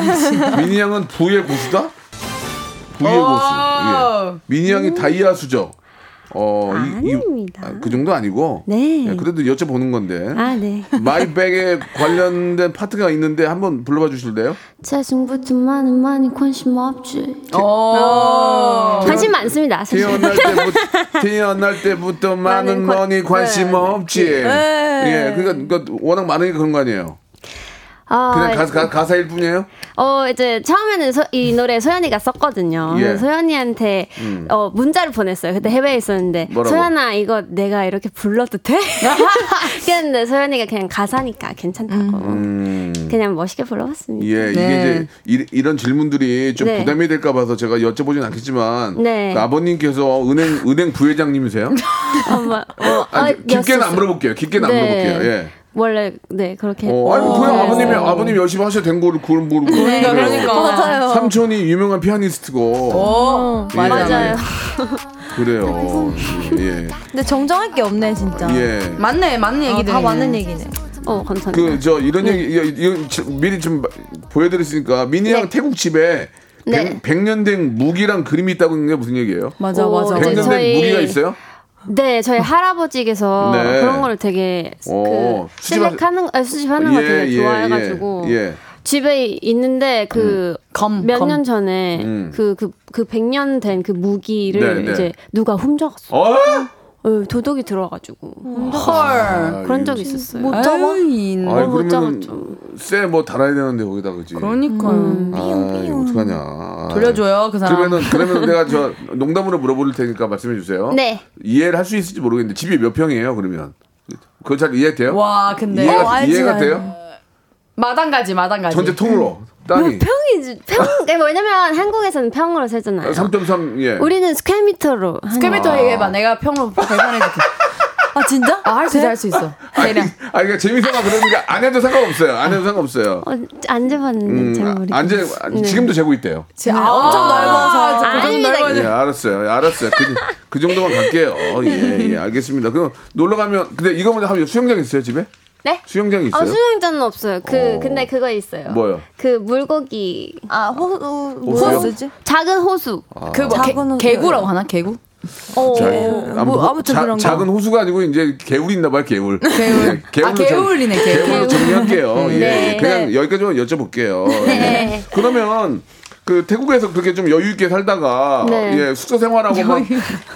[SPEAKER 3] 민이 양은 부의 고수다? 부의 고수. 예. 민이 양이 다이아 수저. 어, 이- 이-
[SPEAKER 13] 음. 아닙니다.
[SPEAKER 3] 아, 그 정도 아니고.
[SPEAKER 13] 네.
[SPEAKER 3] 예, 그래도 여쭤보는 건데.
[SPEAKER 13] 아, 네.
[SPEAKER 3] 마이백에 관련된 파트가 있는데 한번 불러봐 주실래요?
[SPEAKER 13] 자신부터 많은 많이 관심 없지.
[SPEAKER 8] 어.
[SPEAKER 9] 관심 많습니다. 사실.
[SPEAKER 3] 태어날 때부터 태어날 때부터 많은
[SPEAKER 9] 많은 관-
[SPEAKER 13] 네.
[SPEAKER 3] 많이 관심 없지. 예, 그러니까, 그러니까 워낙 많으니까 그런 거 아니에요.
[SPEAKER 9] 아,
[SPEAKER 3] 그냥 가사,
[SPEAKER 13] 네.
[SPEAKER 3] 가, 가사일 뿐이에요.
[SPEAKER 9] 어 이제 처음에는 서- 이 노래 소연이가 썼거든요.
[SPEAKER 3] 예. 음.
[SPEAKER 9] 소연이한테 어, 문자를 보냈어요. 그때 해외에 있었는데
[SPEAKER 3] 뭐라고?
[SPEAKER 9] 소연아 이거 내가 이렇게 불러도 돼? 그랬는데 소연이가 그냥 가사니까 괜찮다고
[SPEAKER 3] 음.
[SPEAKER 9] 그냥 멋있게 불러봤습니다.
[SPEAKER 3] 예,
[SPEAKER 8] 네.
[SPEAKER 3] 이게 이제 이, 런 질문들이 좀
[SPEAKER 9] 네.
[SPEAKER 3] 부담이 될까 봐서 제가 여쭤보진 않겠지만
[SPEAKER 9] 네.
[SPEAKER 3] 그 아버님께서 은행 은행 부회장님이세요?
[SPEAKER 9] 어머, 어,
[SPEAKER 3] 아,
[SPEAKER 9] 어,
[SPEAKER 3] 깊- 깊게는 안
[SPEAKER 9] 였었어요.
[SPEAKER 3] 물어볼게요. 깊게는 안
[SPEAKER 9] 네.
[SPEAKER 3] 물어볼게요. 예.
[SPEAKER 9] 원래 네 그렇게
[SPEAKER 3] 어, 아니
[SPEAKER 9] 했고.
[SPEAKER 3] 그냥 아버님이 아버님 열심히 하셔도 된 거를 그걸 모르고
[SPEAKER 9] 네,
[SPEAKER 8] 그러니까,
[SPEAKER 3] 그래요.
[SPEAKER 8] 그러니까.
[SPEAKER 7] 네, 맞아요.
[SPEAKER 3] 삼촌이 유명한 피아니스트고
[SPEAKER 8] 어.
[SPEAKER 3] 예, 예.
[SPEAKER 9] 맞아요.
[SPEAKER 3] 그래요. 예.
[SPEAKER 7] 근데 정정할 게 없네 진짜.
[SPEAKER 3] 예.
[SPEAKER 8] 맞네, 맞는
[SPEAKER 7] 아,
[SPEAKER 8] 얘기들.
[SPEAKER 7] 다 맞는 얘기네.
[SPEAKER 9] 어 감사합니다.
[SPEAKER 3] 그 저 이런 얘기 이- 이- 이거 지- 미리 좀 마- 보여드렸으니까 미니 양 태국 집에
[SPEAKER 9] 네.
[SPEAKER 3] 백 100년 된 무기랑 그림이 있다고 하는 게 무슨 얘기예요?
[SPEAKER 9] 맞아, 오, 맞아.
[SPEAKER 3] 100년 된
[SPEAKER 9] 어, 네, 저희-
[SPEAKER 3] 무기가 있어요?
[SPEAKER 9] 네, 저희 할아버지께서
[SPEAKER 3] 네. 어,
[SPEAKER 9] 그런 거를 되게
[SPEAKER 3] 오,
[SPEAKER 9] 그 수집하는 아니, 수집하는 거 되게 좋아해가지고
[SPEAKER 3] 예, 예.
[SPEAKER 9] 집에 있는데 그 몇 년 전에
[SPEAKER 3] 음.
[SPEAKER 9] 그 그 그 100년 된 그 무기를
[SPEAKER 3] 네, 네.
[SPEAKER 9] 이제 누가 훔쳐갔어.
[SPEAKER 3] 어?
[SPEAKER 9] 어, 도둑이 들어와가지고 음,
[SPEAKER 3] 헐.
[SPEAKER 9] 그런 적이 있었어요.
[SPEAKER 3] 뭐
[SPEAKER 8] 못 잡아? 인.
[SPEAKER 3] 아, 그러면 쇠뭐 달아야 되는데 거기다 그지?
[SPEAKER 8] 음. 그러니까요.
[SPEAKER 3] 아, 이거 어떡하냐. 아.
[SPEAKER 8] 돌려줘요, 그 사람.
[SPEAKER 3] 그러면은 그러면 내가 저 농담으로 물어볼 테니까 말씀해 주세요.
[SPEAKER 8] 네.
[SPEAKER 3] 이해를 할 수 있을지 모르겠는데 집이 몇 평이에요, 그러면? 그거 잘 이해돼요?
[SPEAKER 8] 와,
[SPEAKER 9] 네.
[SPEAKER 8] 근데-
[SPEAKER 3] 이해가,
[SPEAKER 8] 어, 알지,
[SPEAKER 3] 이해가
[SPEAKER 8] 알지.
[SPEAKER 3] 돼요?
[SPEAKER 8] 마당가지, 마당가지.
[SPEAKER 3] 전체 통으로 땅이
[SPEAKER 9] 평이 평 그게 뭐냐면 한국에서는 평으로 세잖아요.
[SPEAKER 3] 3.3 예.
[SPEAKER 9] 우리는 스퀘미터로
[SPEAKER 3] 스퀘미터
[SPEAKER 8] 얘기해봐. 내가 평으로 계산해줄게. 아 진짜? 아, 할 수 있어, 할 수 있어. 대략.
[SPEAKER 3] 아 그러니까 재미삼아 그러는 게안 해도 상관없어요. 안 해도 상관없어요.
[SPEAKER 9] 어, 안 재봤는데
[SPEAKER 3] 음,
[SPEAKER 9] 잘 모르겠어요.
[SPEAKER 3] 안 재, 안-
[SPEAKER 9] 네.
[SPEAKER 3] 지금도 재고 있대요.
[SPEAKER 8] 제- 아, 엄청 넓어서 그 정도
[SPEAKER 9] 아닙니다.
[SPEAKER 8] 넓어서.
[SPEAKER 3] 예, 알았어요. 예, 알았어요. 그, 그 정도만 갈게요. 어, 예, 예, 알겠습니다. 그럼 놀러 가면 근데 이거 먼저 하면 수영장 있어요 집에?
[SPEAKER 9] 네?
[SPEAKER 3] 수영장 있어요?
[SPEAKER 9] 아, 수영장은 없어요. 그
[SPEAKER 3] 어.
[SPEAKER 9] 근데 그거 있어요.
[SPEAKER 3] 뭐요?
[SPEAKER 9] 그 물고기 아 호수
[SPEAKER 3] 뭐라 호수요? 그러지?
[SPEAKER 9] 작은 호수.
[SPEAKER 3] 아. 그 뭐, 개-
[SPEAKER 9] 작은 호수.
[SPEAKER 8] 개구라고 하나? 개구?
[SPEAKER 9] 어.
[SPEAKER 3] 자, 예. 아무튼,
[SPEAKER 9] 뭐,
[SPEAKER 3] 호-
[SPEAKER 9] 아무튼
[SPEAKER 3] 자-
[SPEAKER 9] 그런 거.
[SPEAKER 3] 작은 호수가 아니고 이제 개울이 있나 봐요 개울. 예, 개울.
[SPEAKER 8] 아, 개울이네, 개울.
[SPEAKER 3] 개울로 정리할게요. 예,
[SPEAKER 8] 네.
[SPEAKER 3] 그냥
[SPEAKER 8] 네.
[SPEAKER 3] 여기까지만 여쭤볼게요.
[SPEAKER 8] 네.
[SPEAKER 3] 예. 그러면 그 태국에서 그렇게 좀 여유 있게 살다가
[SPEAKER 9] 네.
[SPEAKER 3] 예, 숙소 생활하고 막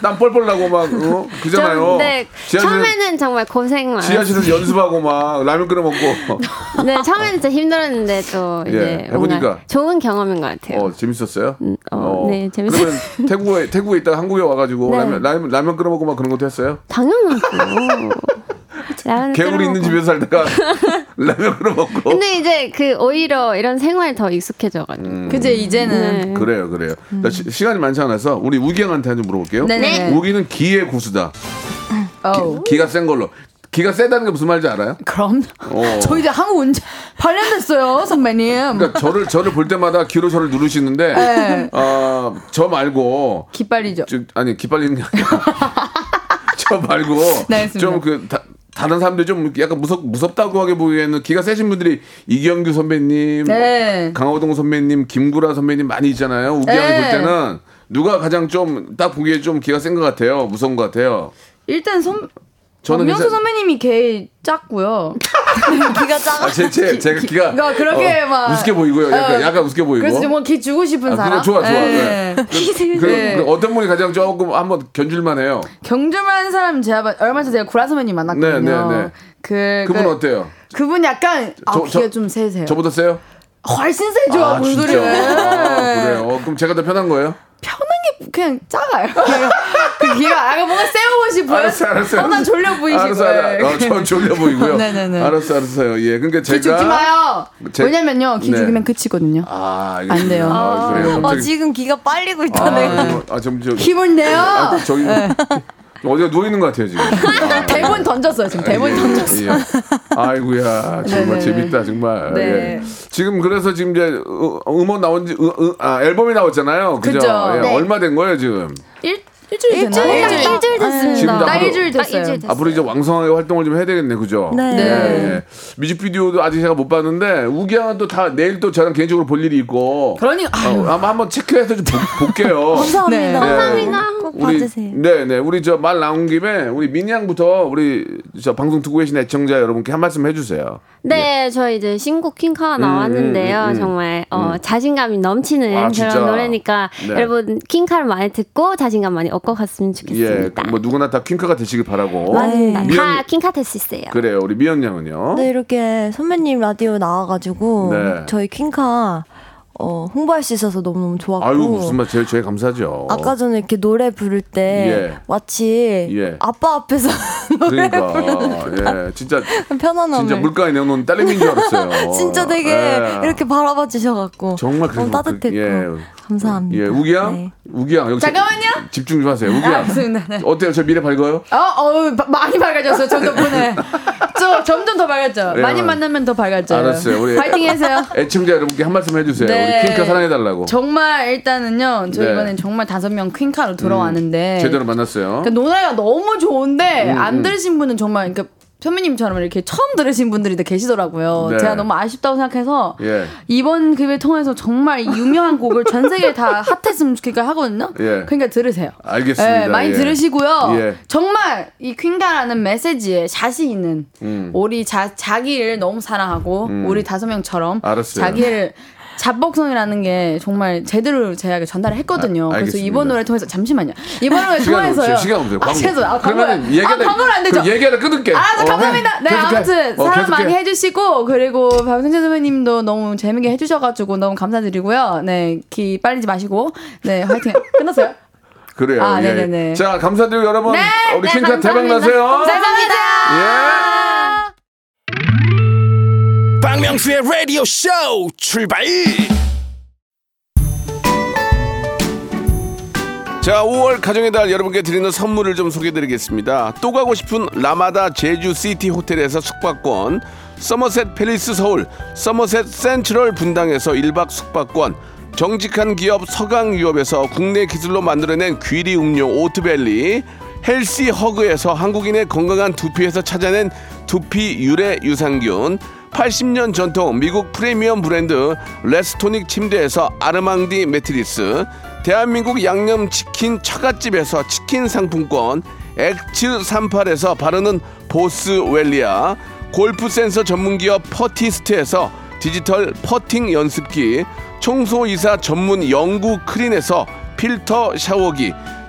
[SPEAKER 3] 땀 뻘뻘 나고 막 어? 그잖아요.
[SPEAKER 9] 좀, 네.
[SPEAKER 3] 지하실에서-
[SPEAKER 9] 처음에는 정말 고생 많았어요.
[SPEAKER 3] 지하실에서 연습하고 막 라면 끓여 먹고
[SPEAKER 9] 네, 처음에는 진짜 힘들었는데 또
[SPEAKER 3] 예,
[SPEAKER 9] 이제
[SPEAKER 3] 해보니까.
[SPEAKER 9] 뭔가 좋은 경험인 것 같아요.
[SPEAKER 3] 어 재밌었어요.
[SPEAKER 9] 어, 네, 재밌었-
[SPEAKER 3] 그러면 태국에 태국에 있다가 한국에 와가지고
[SPEAKER 9] 네.
[SPEAKER 3] 라면 라면 라면 끓여 먹고 막 그런 것도 했어요.
[SPEAKER 9] 당연하죠. 라면 네, 끓여
[SPEAKER 3] 개구리 있는
[SPEAKER 9] 먹고.
[SPEAKER 3] 집에서 살다가 라면 끓여 먹고.
[SPEAKER 9] 근데 이제 그 오히려 이런 생활 더 익숙해져가지고.
[SPEAKER 3] 음.
[SPEAKER 8] 그지, 이제는.
[SPEAKER 3] 그래요, 그래요.
[SPEAKER 9] 음.
[SPEAKER 3] 자, 시, 시간이 많지 않아서 우리 우기형한테 한 좀 물어볼게요.
[SPEAKER 8] 네네.
[SPEAKER 3] 우기는 기의 고수다.
[SPEAKER 8] 어.
[SPEAKER 3] 기가 센 걸로. 기가 세다는 게 무슨 말인지 알아요?
[SPEAKER 8] 그럼.
[SPEAKER 3] 어.
[SPEAKER 8] 저 이제 한국 온지 8년 됐어요, 선배님.
[SPEAKER 3] 그러니까 저를 저를 볼 때마다 기로 저를 누르시는데
[SPEAKER 8] 네.
[SPEAKER 3] 어, 저 말고
[SPEAKER 8] 기빨리죠.
[SPEAKER 3] 저- 아니 기빨리는 게 아니라 저 말고
[SPEAKER 8] 네, 알겠습니다.
[SPEAKER 3] 좀 그 다른 사람들 좀 약간 무섭 무섭다고 하게 보기에는 기가 세신 분들이 이경규 선배님,
[SPEAKER 8] 네.
[SPEAKER 3] 강호동 선배님, 김구라 선배님 많이 있잖아요. 우기양이
[SPEAKER 8] 네.
[SPEAKER 3] 볼 때는 누가 가장 좀 딱 보기에 좀 기가 센 것 같아요. 무서운 것 같아요.
[SPEAKER 8] 일단 선
[SPEAKER 3] 저는
[SPEAKER 8] 박명수
[SPEAKER 3] 괜찮-
[SPEAKER 8] 선배님이 제일 작고요. 기가 작아.
[SPEAKER 3] 아, 제, 제, 제가 기가
[SPEAKER 8] 기- 어, 그렇게 막-
[SPEAKER 3] 우습게 보이고요. 약간,
[SPEAKER 8] 어.
[SPEAKER 3] 약간 우습게 보이고.
[SPEAKER 8] 그래서 뭐기 주고 싶은
[SPEAKER 3] 아,
[SPEAKER 8] 사람.
[SPEAKER 3] 그거 좋아, 좋아. 네.
[SPEAKER 8] 예.
[SPEAKER 3] 그, 그,
[SPEAKER 8] 네.
[SPEAKER 3] 그 어떤 분이 가장 조금 한번 견줄만 해요.
[SPEAKER 8] 경주만 사람 제가 봐- 얼마 전에 제가 구라 선배님 만났거든요.
[SPEAKER 3] 네, 네, 네.
[SPEAKER 8] 그
[SPEAKER 3] 그분
[SPEAKER 8] 그-
[SPEAKER 3] 어때요?
[SPEAKER 8] 그분 약간
[SPEAKER 3] 저-
[SPEAKER 8] 아
[SPEAKER 3] 저-
[SPEAKER 8] 귀가 좀 세세요.
[SPEAKER 3] 저보다 세요?
[SPEAKER 8] 훨씬 세죠 그
[SPEAKER 3] 아,
[SPEAKER 8] 물
[SPEAKER 3] 진짜. 아, 그래요. 어, 그럼 제가 더 편한 거예요?
[SPEAKER 8] 그냥 작아요. 그 귀가 아까 뭔가 세우고 싶어요.
[SPEAKER 3] 알았어, 알았어.
[SPEAKER 8] 어, 난 졸려 보이시고.
[SPEAKER 3] 알았어, 알았어. 어,
[SPEAKER 8] 예.
[SPEAKER 3] 저 졸려 보이고요.
[SPEAKER 8] 네네네.
[SPEAKER 3] 알았어, 알았어요. 예, 그러니까 제가.
[SPEAKER 8] 귀 죽지 마요.
[SPEAKER 3] 제-
[SPEAKER 8] 왜냐면요 귀
[SPEAKER 3] 네.
[SPEAKER 8] 죽이면 끝이거든요.
[SPEAKER 3] 아, 알겠습니다.
[SPEAKER 8] 안 돼요.
[SPEAKER 3] 아, 그래요. 갑자기-
[SPEAKER 8] 지금 귀가 빨리고
[SPEAKER 3] 아, 네. 아, 좀, 저,
[SPEAKER 8] 힘을 내요.
[SPEAKER 3] 아, 저기 좀 어디가 누워 있는 것 같아요 지금.
[SPEAKER 8] 대본 던졌어요 지금 대본
[SPEAKER 3] 예,
[SPEAKER 8] 던졌어.
[SPEAKER 3] 예. 아이고야 정말
[SPEAKER 8] 네네네.
[SPEAKER 3] 재밌다 정말.
[SPEAKER 8] 네.
[SPEAKER 3] 예. 지금 그래서 지금 이제 음- 음원 나온지 아, 앨범이 나왔잖아요. 그죠?
[SPEAKER 8] 그죠.
[SPEAKER 3] 예,
[SPEAKER 8] 네.
[SPEAKER 3] 얼마 된 거예요 지금?
[SPEAKER 8] 일 일주일 됐나?
[SPEAKER 9] 일주일, 딱
[SPEAKER 3] 어.
[SPEAKER 9] 일주일 됐습니다.
[SPEAKER 3] 지금도
[SPEAKER 8] 나
[SPEAKER 3] 앞으로-
[SPEAKER 8] 일주일 됐어요.
[SPEAKER 3] 앞으로 이제 왕성하게 활동을 좀 해야 되겠네, 그죠?
[SPEAKER 8] 네. 네.
[SPEAKER 3] 예, 예. 뮤직비디오도 아직 제가 못 봤는데 우기양은 또 다 내일 또 저랑 개인적으로 볼 일이 있고.
[SPEAKER 8] 그러니
[SPEAKER 3] 어, 아마 한번 체크해서 좀 보- 볼게요. 네.
[SPEAKER 7] 감사합니다. 감사합니다. 꼭
[SPEAKER 3] 우리,
[SPEAKER 7] 봐주세요.
[SPEAKER 3] 네, 네. 우리 저 말 나온 김에 우리 민양부터 우리 저 방송 듣고 계신 애청자 여러분께 한 말씀 해주세요.
[SPEAKER 9] 네, 저 이제 신곡 킹카가 나왔는데요.
[SPEAKER 3] 예. 음, 음, 음.
[SPEAKER 9] 정말 어, 자신감이 넘치는
[SPEAKER 3] 아, 진짜.
[SPEAKER 9] 그런 노래니까
[SPEAKER 3] 네.
[SPEAKER 9] 여러분 킹카를 많이 듣고 자신감 많이 얻고 갔으면
[SPEAKER 3] 예,
[SPEAKER 9] 좋겠습니다.
[SPEAKER 3] 뭐 누구나 다 퀸카가 되시길 바라고.
[SPEAKER 7] 네.
[SPEAKER 9] 맞습니다.
[SPEAKER 3] 미연,
[SPEAKER 9] 다 킹카 될 수 있어요.
[SPEAKER 3] 그래요. 우리 미연 양은요.
[SPEAKER 7] 아, 네, 이렇게 선배님 라디오 나와가지고
[SPEAKER 3] 네.
[SPEAKER 7] 저희 퀸카 어, 홍보할 수 있어서 너무너무 좋았고
[SPEAKER 3] 아유 무슨 말, 제일 제일 감사하죠.
[SPEAKER 7] 아까 전에 이렇게 노래 부를 때
[SPEAKER 3] 어. 예.
[SPEAKER 7] 마치
[SPEAKER 3] 예.
[SPEAKER 7] 아빠 앞에서 노래 부르는
[SPEAKER 3] 그러니까 예, 진짜
[SPEAKER 7] 편안함을
[SPEAKER 3] 진짜 물가에 내놓은 딸내미인 줄 알았어요.
[SPEAKER 7] 네. 진짜 되게
[SPEAKER 3] 예.
[SPEAKER 7] 이렇게 바라봐 주셔갖고
[SPEAKER 3] 정말 그래서
[SPEAKER 7] 너무 따뜻했고
[SPEAKER 3] 그- 예.
[SPEAKER 7] 감사합니다. 네.
[SPEAKER 3] 예, 우기양, 우기양 여기
[SPEAKER 8] 잠깐만요.
[SPEAKER 3] 집중 좀 하세요.
[SPEAKER 8] 아,
[SPEAKER 3] 우기양
[SPEAKER 8] 알겠습니다. 네.
[SPEAKER 3] 어때요? 저 미래 밝아요?
[SPEAKER 8] 어, 어, 바- 많이 밝아졌어요. 저 덕분에. 저 점점 더 밝아져.
[SPEAKER 3] 네,
[SPEAKER 8] 많이
[SPEAKER 3] 네.
[SPEAKER 8] 만나면 더 밝아져요.
[SPEAKER 3] 알았어요. 우리
[SPEAKER 8] 파이팅 해주세요.
[SPEAKER 3] 애청자 여러분께 한 말씀 해주세요.
[SPEAKER 8] 네.
[SPEAKER 3] 우리 킹카 사랑해달라고.
[SPEAKER 8] 정말 일단은요. 저
[SPEAKER 3] 네. 음,
[SPEAKER 8] 이번엔 정말 다섯 명 퀸카로 돌아왔는데.
[SPEAKER 3] 제대로 만났어요.
[SPEAKER 8] 그- 네, 그러니까 노래가 너무 좋은데
[SPEAKER 3] 그렇죠. 음, 음.
[SPEAKER 8] 안 들으신 분은 정말 그러니까 현미님처럼 이렇게 처음 들으신 분들이 계시더라고요.
[SPEAKER 3] 네.
[SPEAKER 8] 제가 너무 아쉽다고 생각해서
[SPEAKER 3] 예.
[SPEAKER 8] 이번 기회 통해서 정말 이 유명한 곡을 전 세계에 다 핫했으면 좋겠다 하거든요.
[SPEAKER 3] 예.
[SPEAKER 8] 그러니까 들으세요.
[SPEAKER 3] 알겠습니다.
[SPEAKER 8] 예, 많이
[SPEAKER 3] 예.
[SPEAKER 8] 들으시고요.
[SPEAKER 3] 예.
[SPEAKER 8] 정말 이 퀸가라는 메시지에 자신 있는
[SPEAKER 3] 음.
[SPEAKER 8] 우리 자, 자기를 너무 사랑하고
[SPEAKER 3] 음.
[SPEAKER 8] 우리 다섯 명처럼
[SPEAKER 3] 알았어요.
[SPEAKER 8] 자기를 잡복성이라는 게 정말 제대로 제가 전달을 했거든요.
[SPEAKER 3] 아,
[SPEAKER 8] 그래서
[SPEAKER 3] 알겠습니다.
[SPEAKER 8] 이번 노래 통해서 잠시만요. 이번 노래
[SPEAKER 3] 시간 없어요.
[SPEAKER 8] 통해서요.
[SPEAKER 3] 시간 없어요.
[SPEAKER 8] 아,
[SPEAKER 3] 광고.
[SPEAKER 8] 죄송. 아, 광고.
[SPEAKER 3] 그러면 얘기하다-
[SPEAKER 8] 아, 광고는 안 되죠.
[SPEAKER 3] 그 얘기하다 끊을게.
[SPEAKER 8] 알았어,
[SPEAKER 3] 어,
[SPEAKER 8] 감사합니다.
[SPEAKER 3] 해.
[SPEAKER 8] 네,
[SPEAKER 3] 계속해.
[SPEAKER 8] 아무튼
[SPEAKER 3] 어,
[SPEAKER 8] 사랑
[SPEAKER 3] 계속해.
[SPEAKER 8] 많이 해주시고 그리고 박선재 선배님도 너무 재밌게 해주셔가지고 너무 감사드리고요. 네, 기 빨리지 마시고 네, 화이팅. 끝났어요?
[SPEAKER 3] 그래요.
[SPEAKER 8] 아,
[SPEAKER 3] 예.
[SPEAKER 8] 네네네.
[SPEAKER 3] 자, 감사드리고 여러분.
[SPEAKER 8] 네,
[SPEAKER 3] 우리
[SPEAKER 8] 네,
[SPEAKER 3] 킹카 대박 나세요.
[SPEAKER 8] 감사합니다.
[SPEAKER 3] 예.
[SPEAKER 1] 박명수의 라디오 쇼 출발.
[SPEAKER 3] 자, 5월 가정의 달 여러분께 드리는 선물을 좀 소개드리겠습니다. 또 가고 싶은 라마다 제주 시티 호텔에서 숙박권, 서머셋 팰리스 서울, 서머셋 센트럴 분당에서 1박 숙박권, 정직한 기업 서강유업에서 국내 기술로 만들어낸 귀리 음료 오트밸리, 헬시 허그에서 한국인의 건강한 두피에서 찾아낸 두피 유래 유산균, 80년 전통 미국 프리미엄 브랜드 레스토닉 침대에서 아르망디 매트리스, 대한민국 양념치킨 처갓집에서 치킨 상품권, 엑츠38에서 바르는 보스웰리아, 골프센서 전문기업 퍼티스트에서 디지털 퍼팅 연습기, 청소이사 전문 영구 크린에서 필터 샤워기,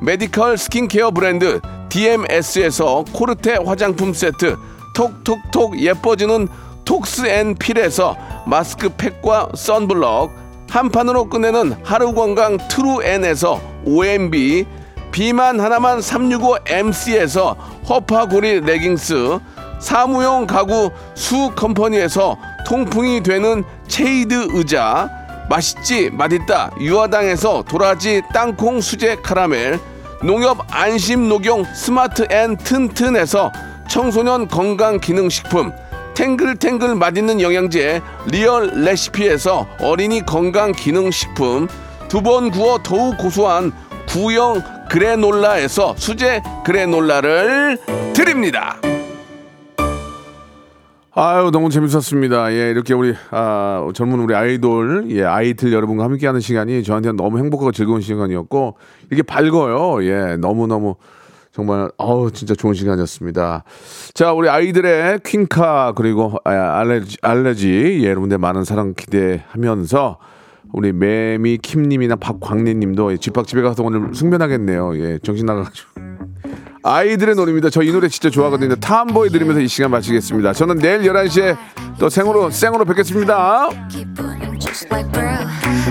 [SPEAKER 3] 메디컬 스킨케어 브랜드 DMS에서 코르테 화장품 세트, 톡톡톡 예뻐지는 톡스앤필에서 마스크팩과 선블럭, 한 판으로 끝내는 하루 건강 트루엔에서 OMB, 비만 하나만 365MC에서 허파고리 레깅스, 사무용 가구 수 컴퍼니에서 통풍이 되는 체이드 의자, 맛있지 맛있다 유화당에서 도라지 땅콩 수제 카라멜, 농협 안심 녹용 스마트 앤 튼튼에서 청소년 건강 기능식품, 탱글탱글 맛있는 영양제 리얼 레시피에서 어린이 건강 기능 식품 두 번 구워 더욱 고소한 구형 그래놀라에서 수제 그래놀라를 드립니다. 아유 너무 재밌었습니다. 예 이렇게 우리 아, 젊은 우리 아이돌 예 아이들 여러분과 함께하는 시간이 저한테는 너무 행복하고 즐거운 시간이었고 이렇게 밝아요. 예 너무 너무 정말 어우 진짜 좋은 시간이었습니다. 자 우리 아이들의 퀸카 그리고 아, 알레지 알레지 예, 여러분들 많은 사랑 기대하면서 우리 매미 킴님이나 박광리님도 예, 집밥 집에 가서 오늘 숙면하겠네요. 예 정신 나가가지고. 아이들의 노래입니다. 저 이 노래 진짜 좋아하거든요. 탐보이 들으면서 이 시간 마치겠습니다. 저는 내일 11시에 또 생으로, 생으로 뵙겠습니다.
[SPEAKER 14] Just like bro,